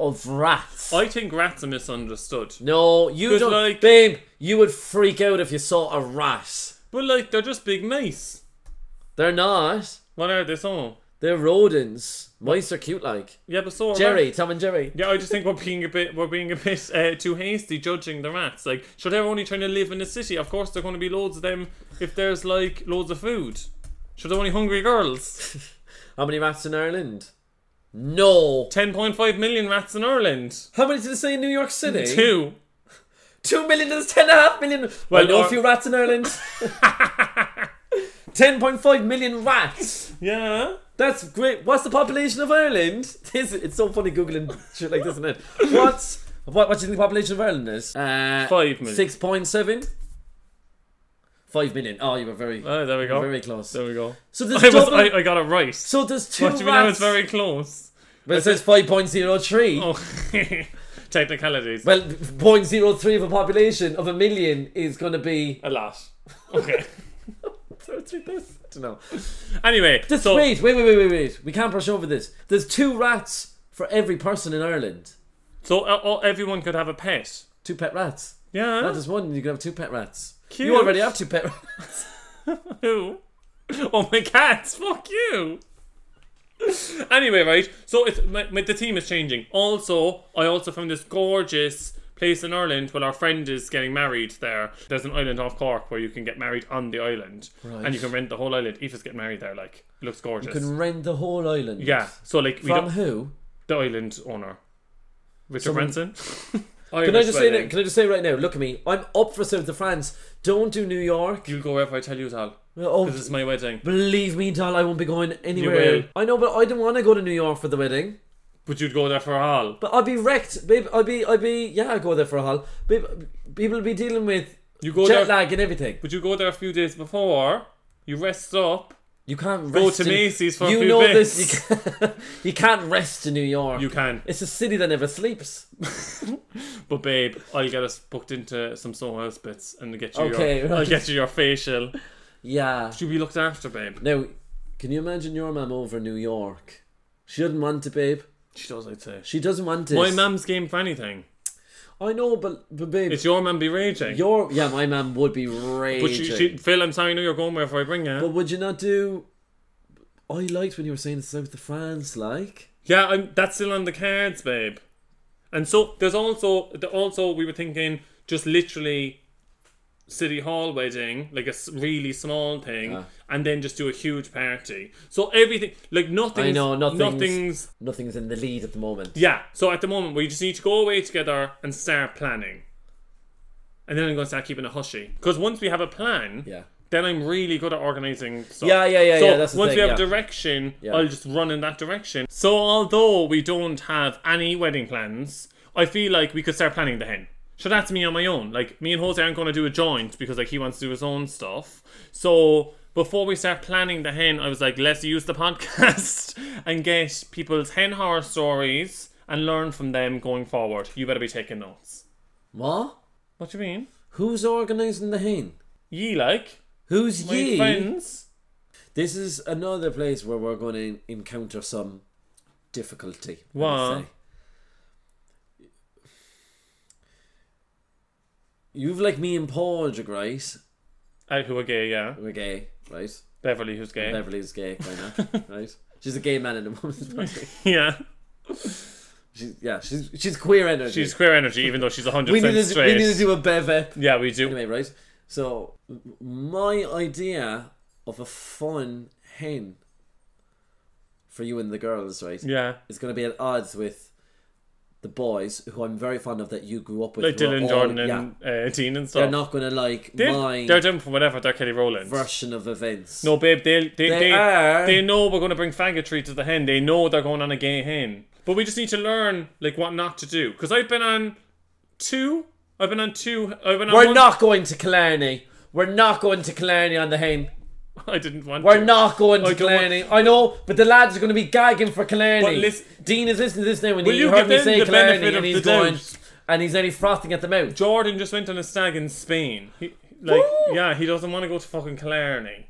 B: of rats.
A: I think rats are misunderstood.
B: No, you
A: 'Cause,
B: don't,
A: like-
B: babe. You would freak out if you saw a rat.
A: But like they're just big mice.
B: They're not.
A: What are they? So
B: They're rodents. Mice are cute, like
A: yeah, but so are
B: Jerry,
A: rats.
B: Tom and Jerry. [laughs]
A: Yeah, I just think we're being a bit we're being a bit uh, too hasty judging the rats. Like, sure they're only trying to live in the city. Of course, there are going to be loads of them if there's like loads of food. Sure, they're only hungry girls.
B: How many rats in Ireland? No.
A: Ten point five million rats in Ireland.
B: How many did they say in New York City?
A: Two.
B: Two million. There's ten and a half million. Well, I know
A: or-
B: a few rats in
A: [laughs]
B: Ireland. [laughs] Ten point five million rats.
A: Yeah.
B: That's great. What's the population of Ireland? [laughs] This, it's so funny googling shit like this, isn't it? What's what? What do you think the population of Ireland is? Uh,
A: Five million.
B: Six point seven. Five million. Oh, you were very,
A: Oh, there we go.
B: very close.
A: There we go.
B: So
A: I
B: there's
A: was
B: double,
A: I, I got it right.
B: So there's two
A: what do you mean I
B: rats.
A: was very close?
B: Well, it says five point zero three.
A: Oh, [laughs] technicalities.
B: Well, point zero three of a population of a million is going to be.
A: a lot. Okay.
B: I don't know.
A: anyway,
B: Just
A: so
B: wait, wait, wait, wait, wait, wait. We can't brush over this. There's two rats for every person in Ireland.
A: so uh, all, everyone could have a pet.
B: Two pet rats.
A: Yeah.
B: Not just Oh, one, you can have two pet rats.
A: Cute.
B: You already have two pet rats.
A: Who? Oh my cats! [laughs] Fuck you. anyway, right. So it's my, my, the team is changing. Also, I also found this gorgeous place in Ireland. Well, our friend is getting married there. There's an island off Cork where you can get married on the island, and you can rent the whole island. Eva's getting married there. Like, looks gorgeous.
B: You can rent the whole island.
A: yeah. So like, we
B: From
A: don't,
B: who?
A: the island owner, Richard
B: Someone- [laughs]
A: Branson.
B: Can I just say that, can I just say right now, look at me. I'm up for South of France. Don't do New York.
A: You'll go wherever I tell you, Tal.
B: Oh,
A: This is my wedding.
B: believe me, doll, I won't be going anywhere.
A: will.
B: I know, but I didn't want to go to New York for the wedding.
A: But you'd go there for all.
B: But I'd be wrecked, babe. I'd be, I'd be, yeah, I'd go there for a haul. Babe, people will be dealing with
A: You go
B: jet
A: there.
B: lag and everything.
A: But you go there a few days before, you rest up,
B: You can't
A: Go
B: rest
A: to
B: in-
A: Macy's for a
B: you
A: few
B: know
A: bits.
B: this. You can't, [laughs] you can't rest in New York.
A: You
B: [laughs]
A: can.
B: It's a city that never sleeps.
A: But babe, I'll get us booked into some Soho House bits and get you.
B: Okay,
A: your,
B: right.
A: I'll get you your facial.
B: Yeah.
A: Should be looked after, babe.
B: Now, can you imagine your mum over New York? She doesn't want it, babe.
A: She does, I'd say.
B: She doesn't want it.
A: My mum's game for anything.
B: I know, but, but babe,
A: It's your mum be raging.
B: your yeah, my mum would be raging.
A: but she, she, Phil, I'm sorry, I know you're going wherever I bring you.
B: But would you not do? I liked when you were saying the south of France, like.
A: Yeah, I'm, that's still on the cards, babe. And so there's also the, also we were thinking just literally city hall wedding, like a s- really small thing, and then just do a huge party. So everything, like nothing,
B: I know nothing's,
A: nothing's.
B: nothing's in the lead at the moment.
A: Yeah. So at the moment, we just need to go away together and start planning. And then I'm going to start keeping a hushy because once we have a plan,
B: Yeah.
A: then I'm really good at organizing stuff.
B: Yeah, yeah, yeah,
A: so
B: yeah, that's the
A: once
B: thing,
A: we have
B: yeah.
A: direction,
B: Yeah.
A: I'll just run in that direction. So although we don't have any wedding plans, I feel like we could start planning the hen. So that's me on my own. Like me and Jose aren't going to do a joint because like he wants to do his own stuff. So before we start planning the hen, I was like, let's use the [laughs] podcast and get people's hen horror stories and learn from them going forward. You better be taking notes.
B: What?
A: What do you mean?
B: Who's organising the hen?
A: Ye like
B: Who's
A: my
B: ye?
A: friends.
B: This is another place where we're going to encounter some difficulty. I would
A: Why?
B: say. You've like me and Porg, right?
A: Uh, who are gay, yeah.
B: We're gay, right?
A: Beverly, who's gay.
B: Beverly's gay, kind of, right? She's a gay man in a woman's body.
A: [laughs] Yeah.
B: She's, yeah, she's she's queer energy.
A: She's queer energy, even though she's 100%
B: we need to
A: straight.
B: we need to do a bev ep.
A: yeah, we do.
B: Anyway, right? So m- my idea of a fun hen for you and the girls, right?
A: Yeah.
B: It's going to be at odds with the boys who I'm very fond of that you grew up with.
A: Like
B: who are
A: Dylan,
B: all-
A: Jordan,
B: yeah,
A: and uh, Dean and stuff.
B: they're not going to like
A: They're,
B: my
A: they're down for whatever. They're Kelly Rowland.
B: version of events.
A: No, babe, they
B: They
A: they, they,
B: are.
A: they know we're going to bring faggotry to the hen. They know they're going on a gay hen. But we just need to learn, like, what not to do. Because I've been on two. I've been on two. I've been on
B: we're
A: one-
B: not going to Killarney. We're not going to Killarney on the hen.
A: [laughs] I didn't want
B: We're
A: to.
B: not going to
A: I don't want-
B: Killarney. I know, but the lads are going to be gagging for Killarney.
A: But lis-
B: Dean is listening to this now and
A: Will
B: he
A: you
B: heard
A: give
B: me
A: them
B: say
A: the
B: Killarney
A: benefit
B: and
A: of
B: he's
A: the
B: going,
A: doubt?
B: and he's only frothing at the mouth.
A: Jordan just went on a stag in Spain. He, like,
B: Woo!
A: yeah, he doesn't want to go to fucking Killarney.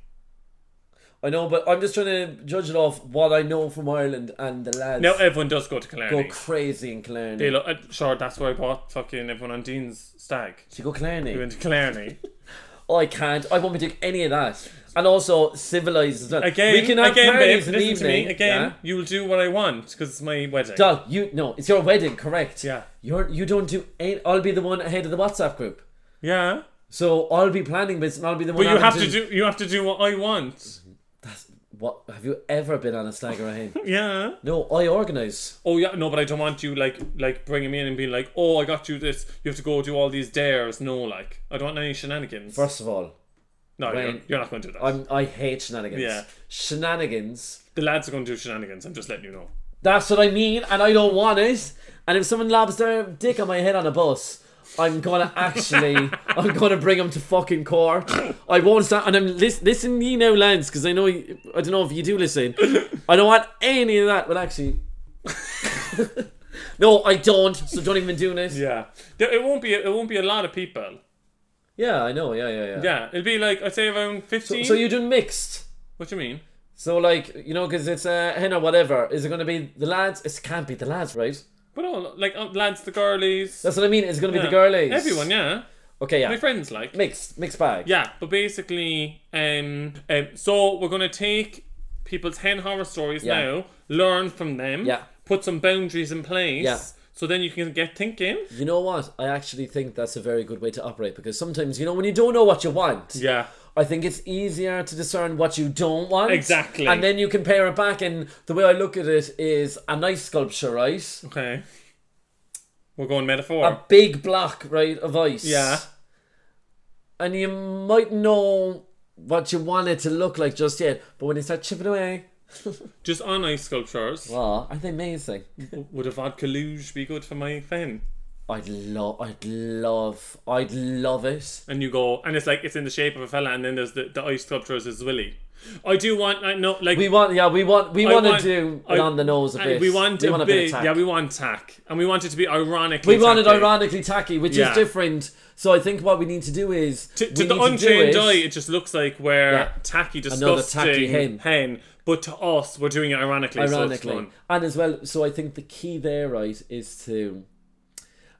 B: I know, but I'm just trying to judge it off what I know from Ireland and the lads
A: Now everyone does go to
B: go
A: Killarney.
B: crazy in Killarney.
A: They look, uh, sure, that's where I bought fucking everyone on Dean's stag.
B: She go
A: We
B: Killarney.
A: went
B: [laughs]
A: to Killarney.
B: I can't. I won't be doing any of that. And also civilized as well.
A: Again,
B: we can have
A: again, babe,
B: parties in
A: listen
B: the
A: to me.
B: evening.
A: Again,
B: yeah?
A: you'll do what I want because it's my wedding.
B: Doll, you no, it's your wedding, correct?
A: Yeah.
B: You're you don't do. Any, I'll be the one ahead of the WhatsApp group,
A: Yeah,
B: so I'll be planning bits, and I'll be the one.
A: but you have to
B: having
A: do you have to do what I want.
B: Mm-hmm. What have you ever been on a stag or a hen? [laughs]
A: Yeah.
B: No, I organise.
A: Oh yeah. No, but I don't want you like like bringing me in and being like, oh, I got you this. You have to go do all these dares. No, like I don't want any shenanigans.
B: First of all,
A: no, you're,
B: when-
A: you're not going to do that.
B: I'm I hate shenanigans.
A: Yeah.
B: Shenanigans.
A: the lads are going to do shenanigans. I'm just letting
B: [laughs]
A: you know.
B: That's what I mean, and I don't want it. And if someone lobs their dick on my head on a bus, I'm gonna actually, I'm gonna bring them to fucking court. I won't stop. And I'm listen, listen you now, lads, because I know, you, I don't know if you do listen. I don't want any of that. Well, actually, no, I don't. So don't even do this. Yeah,
A: Yeah. There, it won't be it won't be a lot of people.
B: I know. Yeah, yeah, yeah.
A: Yeah, it'll be like I'd say around fifteen.
B: So you do mixed.
A: what do you mean?
B: So like, you know, because it's uh, hen or whatever. Is it gonna be the lads? It can't be the lads, right?
A: But all like uh, lads, the girlies,
B: That's what I mean. It's gonna be
A: yeah.
B: the girlies.
A: everyone, yeah,
B: Okay, yeah.
A: my friends, like,
B: Mixed, mixed bag.
A: yeah. But basically, um, um, so we're gonna take people's hen horror stories
B: Yeah.
A: now, learn from them,
B: Yeah.
A: put some boundaries in place,
B: Yeah.
A: so then you can get thinking,
B: You know what? I actually think that's a very good way to operate because sometimes, you know, when you don't know what you want,
A: yeah.
B: I think it's easier to discern what you don't want.
A: Exactly.
B: And then you compare it back. And the way I look at it is a nice sculpture, right?
A: Okay, we're going metaphor.
B: A big block, right, of ice.
A: Yeah.
B: And you might know what you want it to look like just yet, but when they start chipping away,
A: Just on ice sculptures.
B: oh, aren't they amazing?
A: Would a vodka luge be good for my fen?
B: I'd love, I'd love, I'd love it.
A: And you go, and it's like it's in the shape of a fella, and then there's the, the ice sculptures is Willy. I do want. I know, like
B: We want, yeah, we want, we
A: I
B: want to
A: want-
B: do
A: I-
B: an on the nose a
A: I-
B: bit.
A: We want
B: we
A: a,
B: want a
A: big,
B: bit of tack.
A: yeah, we want tack, and we want it to be ironically.
B: We want it
A: tacky.
B: ironically tacky, which
A: Yeah.
B: is different. So I think what we need to do is
A: To, to
B: we
A: the
B: need do
A: unchained
B: it-
A: eye, it just looks like we're
B: Yeah.
A: tacky,
B: Another
A: disgusting
B: tacky hen.
A: But to us, we're doing it ironically.
B: ironically,
A: so it's fun.
B: and as well. So I think the key there, right, is to,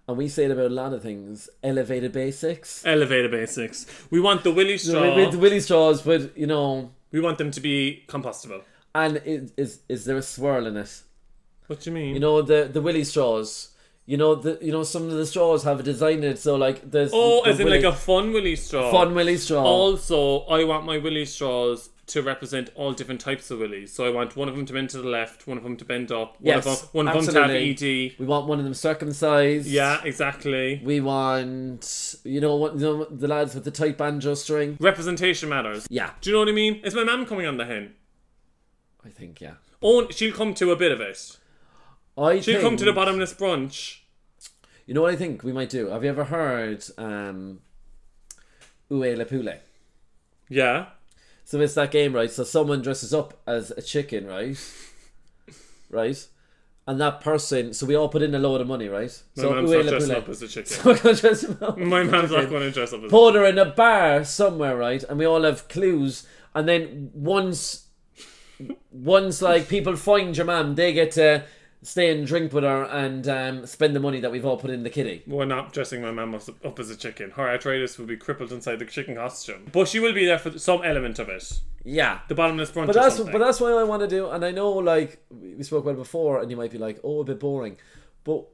B: and we say it about a lot of things, elevate the basics.
A: elevator basics. We want the willy
B: So
A: straw.
B: With, with Willy straws, but you know,
A: we want them to be compostable.
B: and is is, is there a swirl in it?
A: What do you mean?
B: You know the the Willy straws. You know the you know some of the straws have a design in it, so like there's
A: oh,
B: the
A: as in
B: willy-
A: like a fun willy straw.
B: fun Willy straw.
A: Also, I want my willy straws to represent all different types of willies. So I want one of them to bend to the left, one of them to bend up, one
B: Yes,
A: of them, one of them to have
B: absolutely.
A: ed.
B: we want one of them circumcised.
A: Yeah, exactly.
B: We want, you know, what you know, the lads with the tight banjo string.
A: Representation matters.
B: Yeah,
A: Do you know what I mean? Is my mum coming on the hen?
B: I think yeah.
A: Oh, she'll come to a bit of it.
B: I
A: She'll
B: think,
A: come to the bottomless brunch.
B: You know what I think we might do? Have you ever heard um, Ue Le Poule?
A: Yeah.
B: So it's that game, right? So someone dresses up as a chicken, right? right? And that person, so we all put in a load of money, right?
A: My
B: so
A: mum's
B: Ue
A: not
B: Le
A: dressing
B: Poule.
A: up as a chicken.
B: [laughs] We're gonna dress him
A: [laughs]
B: up.
A: My mum's not going to dress up as a
B: Put her in a bar somewhere, right? And we all have clues. And then once, once like people find your mum, they get to stay and drink with her and um, spend the money that we've all put in the kitty.
A: We're not dressing my mum up- up as a chicken. Her arthritis will be crippled inside the chicken costume. But she will be there for some element of it.
B: Yeah.
A: The bottomless brunch
B: But
A: or
B: that's
A: something.
B: but that's what I want to do, and I know like we spoke about it before, and you might be like, oh, a bit boring, but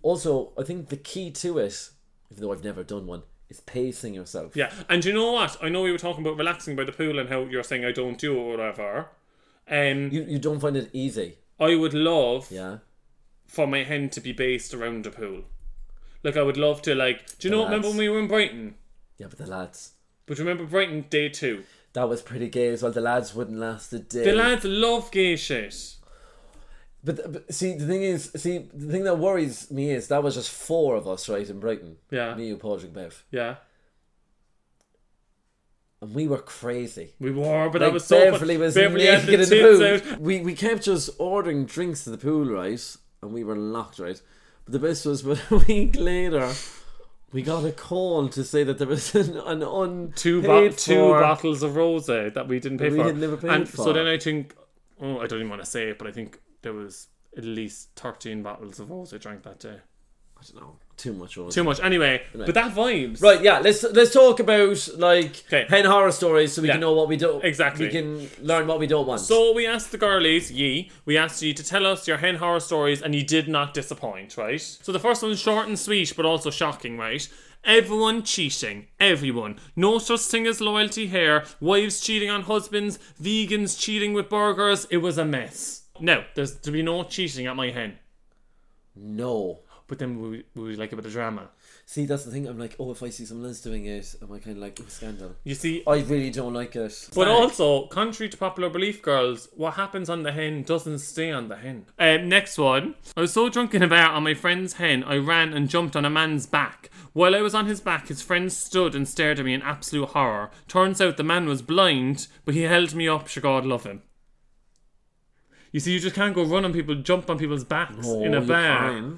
B: also I think the key to it, even though I've never done one, is pacing yourself.
A: Yeah, and you know what? I know we were talking about relaxing by the pool and how you're saying I don't do it or whatever. Um,
B: You you don't find it easy.
A: I would love
B: Yeah.
A: for my hen to be based around the pool. Like I would love to like. Do you know?
B: Well,
A: Remember when we were in Brighton?
B: Yeah, but the lads,
A: But remember Brighton day two.
B: that was pretty gay as well. The lads wouldn't last a day.
A: The lads love gay shit.
B: But, but see, the thing is, see, the thing that worries me is that was just four of us, right, in Brighton.
A: Yeah.
B: Me, you, Padraig, Bev,
A: Yeah,
B: and we were crazy.
A: we were, but that
B: Like
A: was so
B: Beverly
A: fun.
B: was
A: Beverly had
B: naked in
A: the
B: the
A: tits
B: pool.
A: out.
B: We, we kept just ordering drinks to the pool, right? And we were locked, right? But the best was, [laughs] but a week later, we got a call to say that there was [laughs] an, an un
A: Two, bo-
B: paid
A: two
B: for-
A: bottles of rosé that we didn't pay
B: we
A: for.
B: had never paid
A: and
B: for.
A: so then I think, oh, I don't even want to say it, but I think there was at least thirteen bottles of rosé drank that day.
B: I don't know, too much. Order.
A: Too much. Anyway, but that vibes.
B: Right, yeah. Let's let's talk about like
A: 'Kay.
B: hen horror stories, so we
A: Yeah.
B: can know what we don't
A: Exactly.
B: We can learn what we don't want.
A: So we asked the girlies, ye, we asked ye to tell us your hen horror stories, and ye did not disappoint, right? So the first one's short and sweet, but also shocking, right? Everyone cheating. Everyone. No such thing as loyalty here. Wives cheating on husbands, vegans cheating with burgers. It was a mess. No, there's to be no cheating at my hen.
B: no.
A: But then we, we would like a bit of drama.
B: See, that's the thing. I'm like, oh, if I see someone else doing it, am I kind of like "Ooh, scandal?
A: You see,
B: I really don't like it.
A: But also, contrary to popular belief, girls, what happens on the hen doesn't stay on the hen. Um, next one. I was so drunk in a bar on my friend's hen, I ran and jumped on a man's back. While I was on his back, his friend stood and stared at me in absolute horror. Turns out the man was blind, but he held me up. Sure, God love him. You see, you just can't go run on people, jump on people's backs in a bar.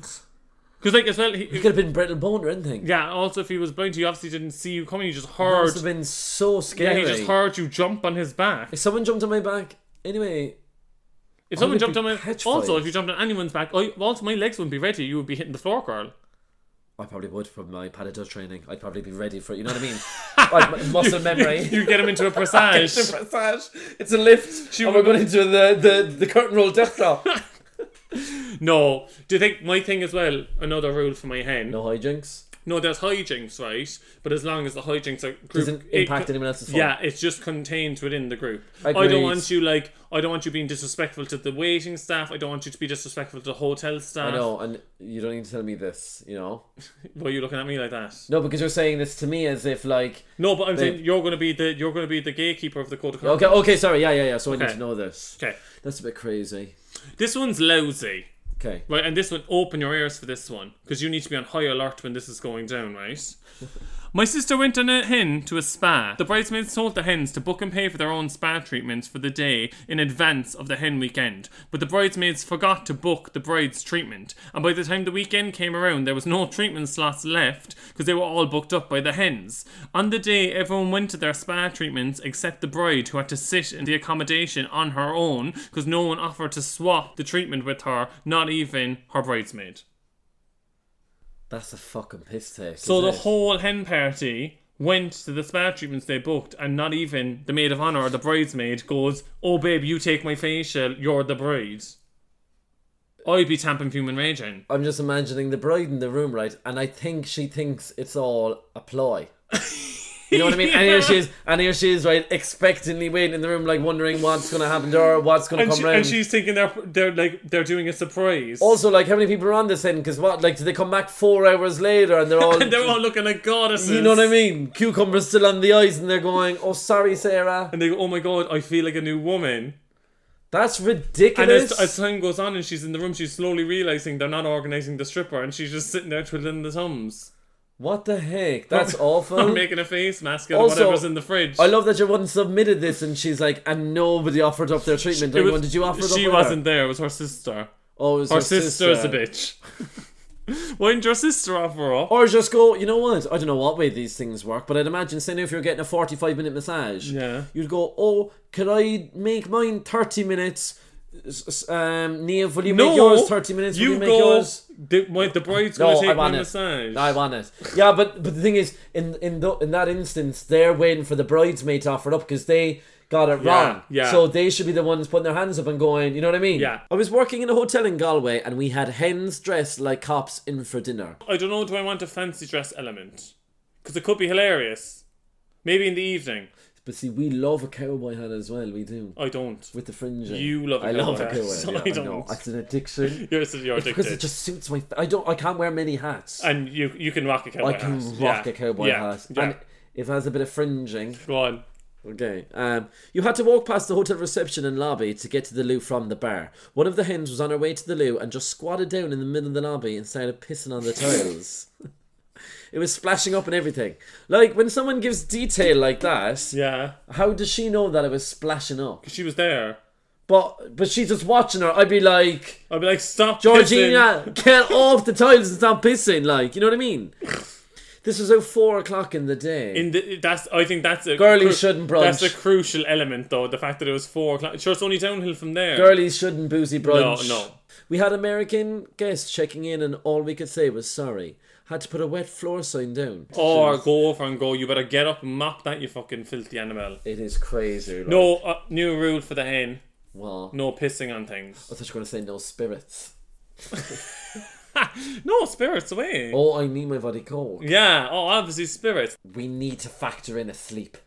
A: Because, like, as well, he,
B: It could have been brittle bone or anything.
A: yeah. Also, if he was blind, he obviously didn't see you coming. He just
B: It
A: heard.
B: must have been so
A: Yeah,
B: scary.
A: he just heard you jump on his back.
B: If someone jumped on my back, anyway,
A: If someone
B: would
A: jumped
B: be
A: on my
B: petrified.
A: also if you jumped on anyone's back, I, also my legs wouldn't be ready. You would be hitting the floor, girl.
B: I probably would from my padded training. I'd probably be ready for it. You know what I
A: [laughs]
B: mean? I'd, muscle [laughs] memory.
A: You get him into a pressage.
B: It's a lift.
A: She
B: and
A: would-
B: we're going into the, the, the curtain roll death
A: [laughs]
B: drop.
A: no, do you think my thing as well? Another rule for my hen.
B: no hijinks.
A: No, there's hijinks, right? But as long as the hijinks are group,
B: Doesn't
A: it-
B: impact anyone else's fun.
A: Yeah, it's just contained within the group. I
B: Agreed.
A: don't want you like. I don't want you being disrespectful to the waiting staff. I don't want you to be disrespectful to the hotel staff.
B: I know, and you don't need to tell me this, you know?
A: Why are you looking at me like that?
B: No, because you're saying this to me as if, like,
A: No, but I'm saying you're going to be the you're going to be the gatekeeper of the code of conduct.
B: okay, okay, sorry, yeah, yeah, yeah, so I need
A: Okay.
B: to know this.
A: Okay.
B: That's a bit crazy.
A: This one's lousy.
B: Okay.
A: Right, and this one, open your ears for this one, because you need to be on high alert when this is going down, right? My sister went on a hen to a spa. The bridesmaids told the hens to book and pay for their own spa treatments for the day in advance of the hen weekend, but the bridesmaids forgot to book the bride's treatment, and by the time the weekend came around, there was no treatment slots left because they were all booked up by the hens. On the day, everyone went to their spa treatments except the bride, who had to sit in the accommodation on her own because no one offered to swap the treatment with her, not even her bridesmaid.
B: That's a fucking piss take.
A: So
B: isn't
A: the
B: it?
A: whole hen party went to the spa treatments they booked, and not even the maid of honor or the bridesmaid goes, "Oh babe, you take my facial. You're the bride." I'd be tamping human raging.
B: I'm just imagining the bride in the room, right? And I think she thinks it's all a ploy. You know what I mean? And here she
A: [laughs]
B: is, and here she is, right, expectantly waiting in the room, like wondering what's going to happen to her, what's going to
A: And,
B: come
A: she,
B: round.
A: and she's thinking they're they're like they're doing a surprise.
B: Also, like, how many people are on this end? Because what, like, do they come back four hours later
A: [laughs]
B: and they're all,
A: and [laughs] they're all looking like
B: [laughs]
A: goddesses.
B: you know what I mean? Cucumbers still on the ice, and they're going, "Oh, sorry, Sarah."
A: And they go, "Oh my god, I feel like a new woman."
B: That's
A: And
B: ridiculous.
A: as, as time goes on, and she's in the room, she's slowly realizing they're not organizing the stripper, and she's just sitting there twiddling the thumbs.
B: what the heck?
A: [laughs]
B: That's
A: Or
B: awful.
A: making a face mask out of
B: Also,
A: whatever's in the fridge.
B: I love that your one submitted this, and she's like, and nobody offered up their treatment.
A: It
B: Like,
A: was-
B: "Well, did you offer? it up with
A: She
B: her?"
A: wasn't there. It was her sister.
B: Oh, it was
A: Her,
B: her,
A: sister's a bitch. [laughs] Why didn't your sister offer up?
B: Or just go, you know what? I don't know what way these things work, but I'd imagine, say, now if you're getting a 45 minute massage,
A: Yeah.
B: you'd go, oh, could I make mine 30 minutes? S- s- Um, Niamh, will you
A: No,
B: make yours 30 minutes? Will
A: You
B: you make
A: go.
B: yours?
A: The, my, the bride's
B: No,
A: gonna
B: I
A: take my
B: want it.
A: massage.
B: No, I want it. Yeah, but but the thing is, in in tho- in that instance, they're waiting for the bridesmaid to offer it up because they got it
A: Yeah,
B: wrong.
A: yeah.
B: So they should be the ones putting their hands up and going, you know what I mean?
A: Yeah.
B: I was working in a hotel in Galway, and we had hens dressed like cops in for dinner.
A: I don't know. Do I want a fancy dress element? Because it could be hilarious. Maybe in the evening.
B: But see, we love a cowboy hat as well. We do.
A: I don't.
B: with the fringe. in.
A: You love a
B: I love
A: cowboy
B: a
A: hat,
B: cowboy.
A: so
B: yeah,
A: [laughs] I
B: I know.
A: don't.
B: It's an addiction.
A: You're, you're
B: It's because
A: [laughs] addicted.
B: it just suits my. I don't. I can't wear many hats.
A: And you you can rock a cowboy
B: I
A: hat.
B: can rock a
A: Yeah.
B: cowboy
A: yeah.
B: hat.
A: Yeah.
B: And if it has a bit of fringing,
A: Go on.
B: okay. Um, you had to walk past the hotel reception and lobby to get to the loo from the bar. One of the hens was on her way to the loo and just squatted down in the middle of the lobby and started pissing on the tiles. [laughs] it was splashing up and everything. Like when someone gives detail like that,
A: Yeah.
B: how does she know that it was splashing up?
A: She was there.
B: But but she's just watching her. I'd be like.
A: I'd be like, stop.
B: Georgina, [laughs] get off the tiles and stop pissing. Like, you know what I
A: [laughs]
B: mean? This was at four o'clock in the day.
A: pissing." In the, that's I think that's a
B: Girlies shouldn't brunch.
A: That's a crucial element though. The fact that it was four o'clock. Sure, it's only downhill from there.
B: Girlies shouldn't boozy brunch.
A: No, no.
B: We had American guests checking in, and all we could say was sorry. Had to put a wet floor sign down.
A: Or go over and go. You better get up and mop that, you fucking filthy animal.
B: It is crazy. Like,
A: No uh, new rule for the hen.
B: Well,
A: No pissing on things. [laughs]
B: I thought you were going to say no spirits.
A: No spirits away.
B: Oh, I need my body cold.
A: Yeah. Oh, obviously spirits
B: We need to factor in a sleep.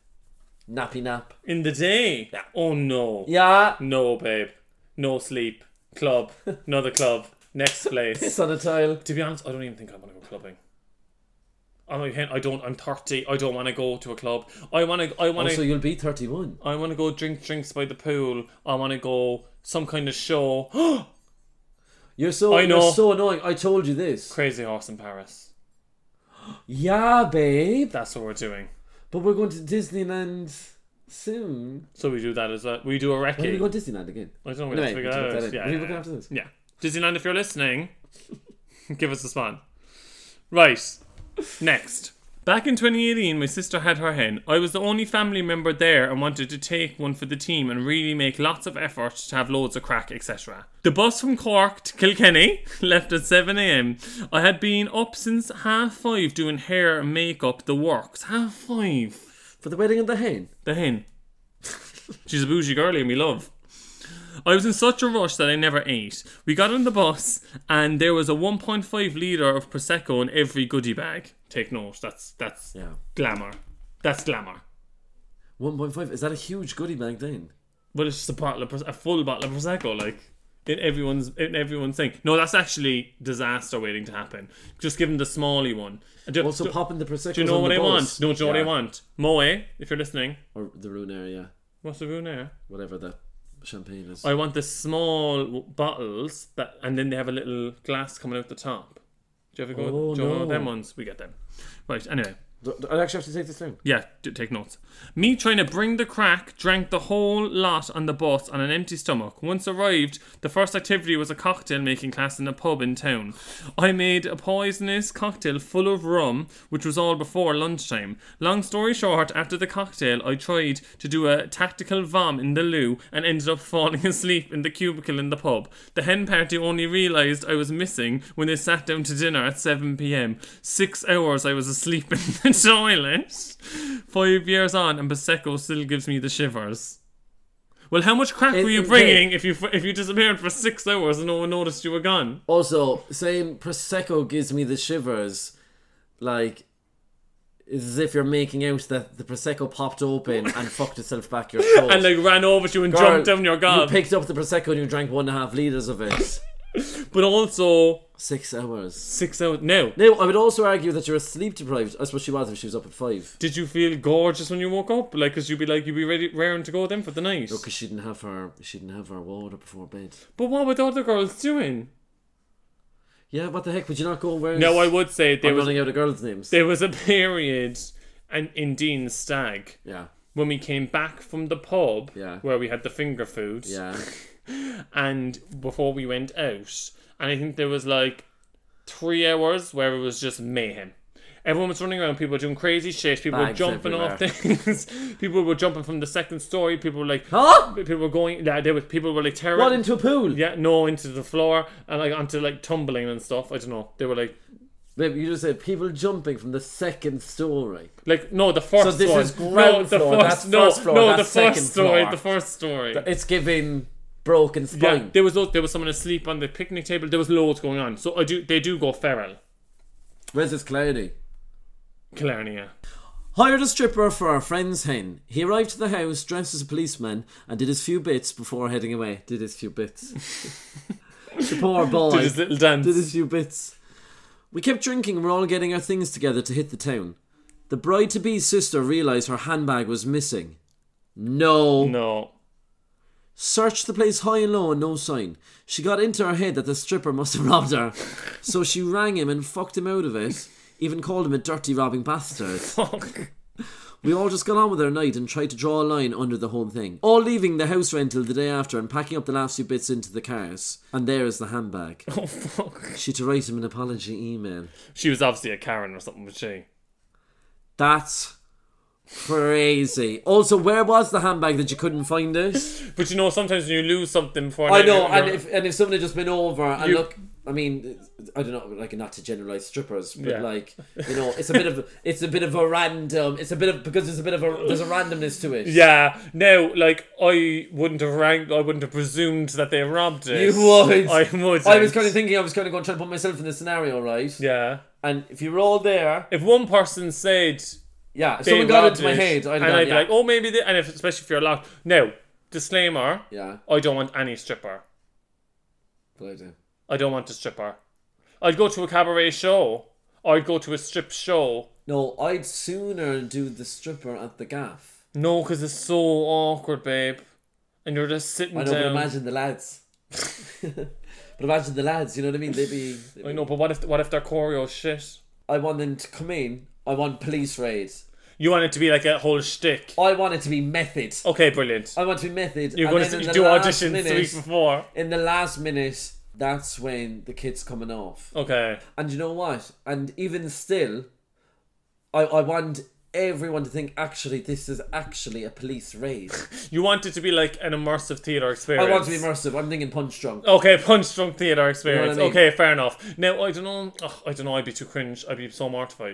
B: Nappy nap.
A: in the day. Oh no.
B: Yeah. [laughs]
A: No, babe. No sleep. Club. Another club. Next place.
B: Piss on a tile.
A: To be honest, I don't even think I want to go clubbing. I'm like, "Hen, I don't. I'm 30. I don't want to go to a club. I want to. I want
B: Also,
A: to.
B: you'll be 31.
A: I want to go drink drinks by the pool. I want to go some kind of show. [gasps]
B: You're so,
A: I know.
B: you're so annoying. I told you this.
A: Crazy horse in Paris.
B: Yeah, babe.
A: That's what we're doing.
B: But we're going to Disneyland soon.
A: So we do that as well. We do a
B: When do we go
A: recce.
B: to Disneyland again?
A: I don't know. We have to
B: Anyway,
A: figure that
B: we can
A: out. Yeah,
B: look that in. We
A: yeah,
B: can
A: yeah.
B: look after this.
A: yeah. Disneyland, if you're listening, [laughs] give us a spawn. Right. Next. Back in 2018, my sister had her hen. I was the only family member there and wanted to take one for the team and really make lots of effort to have loads of crack, etc. The bus from Cork to Kilkenny [laughs] left at 7am. I had been up since half five doing hair and makeup, the works. Half five.
B: For the wedding of the hen.
A: The hen. She's a bougie girlie and we love. I was in such a rush that I never ate. We got on the bus and there was a 1.5 litre of Prosecco in every goodie bag. Take note, that's that's
B: Yeah.
A: glamour. That's glamour.
B: 1.5. Is that a huge goodie bag then?
A: But it's just a bottle of Prose- a full bottle of prosecco, like in everyone's in everyone's thing. No, that's actually disaster waiting to happen. Just give them the smallie one. And do-
B: Also
A: do-
B: popping the Prosecco.
A: do you know what
B: the
A: I want?
B: bus.
A: No, do you know
B: Yeah.
A: what I want? Moe, if you're listening,
B: Or the Rune area.
A: what's the rune there?
B: Whatever that champagne is.
A: I want the small w- bottles that, and then they have a little glass coming out the top. Do you ever go?
B: Oh,
A: do you know
B: no.
A: them ones? We get them. Right. Anyway,
B: Do- do I actually have to take this down.
A: yeah. d- Take notes. Me trying to bring the crack. Drank the whole lot on the bus on an empty stomach. Once arrived, the first activity was a cocktail making class in a pub in town. I made a poisonous cocktail full of rum, which was all before lunchtime. Long story short, after the cocktail, I tried to do a tactical vom in the loo and ended up falling [laughs] asleep in the cubicle in the pub. The hen party only realised I was missing when they sat down to dinner at 7 pm. Six hours I was asleep [laughs] in the toilet. Five years on, and Prosecco still gives me the shivers. Well, how much crack
B: It-
A: were you
B: it-
A: bringing if you if you disappeared for six hours and no one noticed you were gone?
B: Also, saying prosecco gives me the shivers, like it's as if you're making out that the prosecco popped
A: [laughs]
B: open and fucked itself back your throat.
A: And like ran over to you and
B: Carl,
A: jumped down your gob.
B: You picked up the prosecco and you drank one and a half liters of it.
A: but also
B: Six hours.
A: six hours. No,
B: Now, I would also argue that you're sleep deprived. I suppose she was if she was up at five
A: Did you feel gorgeous when you woke up? Like, cause you'd be like, you'd be ready, raring to go then for the night.
B: because she didn't have her she didn't have her water before bed.
A: But what were the other girls doing?
B: Yeah, what the heck? Would you not go where?
A: No, I would say
B: I'm
A: there was
B: running out of girls' names.
A: there was a period, and in Dean's stag
B: yeah,
A: when we came back from the pub,
B: Yeah.
A: where we had the finger food, [laughs]
B: yeah.
A: and before we went out, and I think there was like three hours where it was just mayhem. Everyone was running around, people were doing crazy shit, people
B: Bags
A: were jumping off things, [laughs] people were jumping from the second story, people were like,
B: Huh?
A: people were going, yeah, there was people were like terror.
B: What into a pool?
A: Yeah, no, into the floor and like onto like tumbling and stuff. I don't know. They were like,
B: Maybe you just said people jumping from the second story.
A: like no, the first.
B: So this
A: one.
B: is ground
A: no, the
B: floor,
A: First,
B: that's
A: no,
B: first floor,
A: no,
B: that's
A: the
B: second
A: first story,
B: floor.
A: the first story.
B: It's giving broken
A: yeah,
B: spine.
A: there was lo- there was someone asleep on the picnic table. There was loads going on. So I do they do go feral,
B: Where's this Cloudy?
A: Killarnia.
B: Hired a stripper for our friend's hen. He arrived at the house dressed as a policeman and did his few bits before heading away. Did his few
A: [laughs]
B: bits. the poor boy.
A: Did his little dance.
B: Did his few bits. We kept drinking and we're all getting our things together to hit the town. The bride to be's sister realised her handbag was missing. [laughs] No.
A: no,
B: Searched the place high and low and no sign. She got into her head that the stripper must have [laughs] robbed her. so she rang him and fucked him out of it. Even called him a dirty robbing bastard.
A: fuck. [laughs]
B: We all just got on with our night and tried to draw a line under the whole thing. All leaving the house rental the day after and packing up the last few bits into the cars. And there is the handbag.
A: Oh fuck.
B: She to write him an apology email.
A: She was obviously a Karen or something, was she?
B: That's crazy. Also, where was the handbag that you couldn't find it?
A: But you know, sometimes when you lose something before
B: [laughs] I
A: then
B: know,
A: you're-
B: and
A: you're-
B: if and if someone had just been over and
A: You-
B: look, I mean, I don't know, like not to generalize strippers, but
A: Yeah.
B: like you know, it's a bit of it's a bit of a random. It's a bit of because there's a bit of a there's a randomness to it.
A: Yeah. No, like I wouldn't have ranked. I wouldn't have presumed that they robbed it.
B: You would.
A: I would.
B: I was kind of thinking, I was kind of going trying to put myself in the scenario, right?
A: Yeah.
B: And if you're all there,
A: If one person said
B: yeah, if
A: they
B: someone got
A: robbed
B: into my
A: it,
B: head, I'd,
A: and
B: gone,
A: I'd be
B: yeah.
A: like, oh, maybe they. And if especially if you're locked. No disclaimer.
B: yeah,
A: I don't want any stripper.
B: good idea.
A: I don't want a stripper. I'd go to a cabaret show. Or I'd go to a strip show.
B: No, I'd sooner do the stripper at the gaff.
A: No, because it's so awkward, babe. And you're just sitting
B: I know,
A: down.
B: but imagine the lads. [laughs] but imagine the lads, you know what I mean? They'd be. they'd be-
A: I know, but what if what if their choreo shit?
B: I want them to come in. I want police raids.
A: You want it to be like a whole shtick.
B: I want it to be method.
A: Okay, brilliant.
B: I want to be method.
A: Oh. You're
B: and
A: going
B: then
A: to
B: in the
A: do
B: last
A: auditions the
B: minute-
A: week before.
B: In the last minute, that's when the kid's coming off.
A: Okay.
B: And you know what? And even still, I, I want everyone to think actually, this is actually a police
A: [laughs]
B: raid.
A: You want it to be like an immersive theatre
B: I
A: experience.
B: want to be immersive. I'm thinking punch drunk.
A: Okay, punch drunk theatre experience.
B: I mean?
A: Okay, fair enough. Now I don't know. Ugh, I don't know. I'd be too cringe. I'd be so mortified.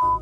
F: f-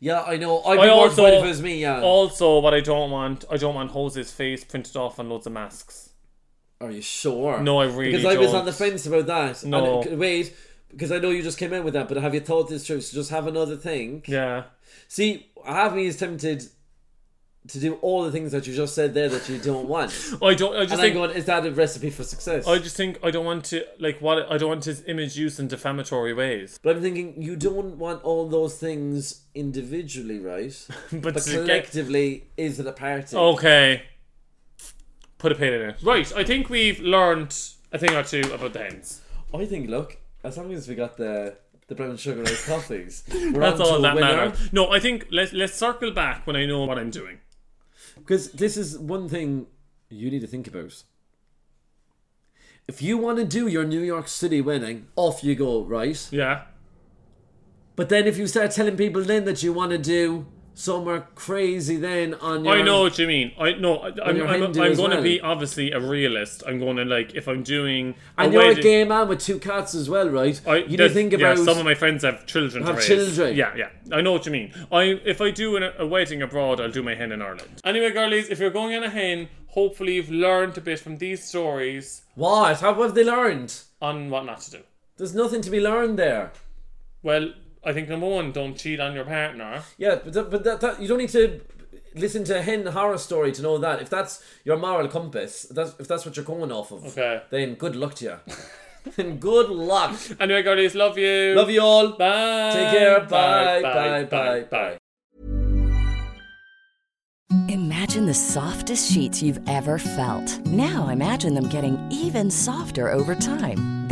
B: Yeah, I know. I'd be more excited if it was me. Yeah.
A: Also, what I don't want, I don't want Jose's face printed off on loads of masks.
B: Are Oh, you sure?
A: No, I really
B: because I was
A: don't.
B: on the fence about that. And
A: No.
B: it- wait, because I know you just came in with that, but have you thought this through? So just have another think.
A: Yeah.
B: See, half me is tempted to do all the things that you just said there that you don't want,
A: I don't. I [laughs]
B: and
A: just
B: I'm
A: think.
B: going, is that a recipe for success?
A: I just think I don't want to like what I don't want his image used in defamatory ways.
B: But I'm thinking you don't want all those things individually, right?
A: [laughs] But,
B: but
A: to get- Oh.
B: collectively, is it a party?
A: okay, put a pin in it. Right, I think we've learned a thing or two about the hens.
B: I think. Look, as long as we got the the brown sugar iced
A: [laughs]
B: coffees, we're
A: That's
B: on to
A: all
B: a
A: that
B: winner.
A: matters. No, I think let's let's circle back when I know what I'm doing.
B: Because this is one thing you need to think about. If you want to do your New York City wedding, off you go, right?
A: Yeah.
B: But then if you start telling people then that you want to do somewhere crazy, then on your
A: I know what you mean. I no, I, I'm,
B: you're
A: I'm, I'm
B: Hindu
A: going
B: as
A: to
B: well.
A: be obviously a realist. I'm going to like if I'm doing
B: and
A: a
B: you're
A: wedding,
B: a gay man with two cats as well, right? you
A: I,
B: need to
A: there's-
B: think about
A: yeah, some of my friends have children. to
B: Have
A: raise.
B: children.
A: Yeah, yeah. I know what you mean. I if I do an, a wedding abroad, I'll do my hen in Ireland. Anyway, girlies, if you're going on a hen, hopefully you've learned a bit from these stories
B: what? How have they learned?
A: on what not to do.
B: There's nothing to be learned there.
A: Well, I think number one, don't cheat on your partner.
B: Yeah, but that, but that, that you don't need to listen to a hen horror story to know that. If that's your moral compass, that's if that's what you're going off of,
A: Okay.
B: then good luck [laughs] to you. and good luck.
A: Anyway, girlies, love you.
B: Love you all.
A: Bye.
B: Take care. Bye.
A: Bye.
B: Bye. Bye.
A: Bye.
B: Bye.
G: Imagine the softest sheets you've ever felt. Now imagine them getting even softer over time.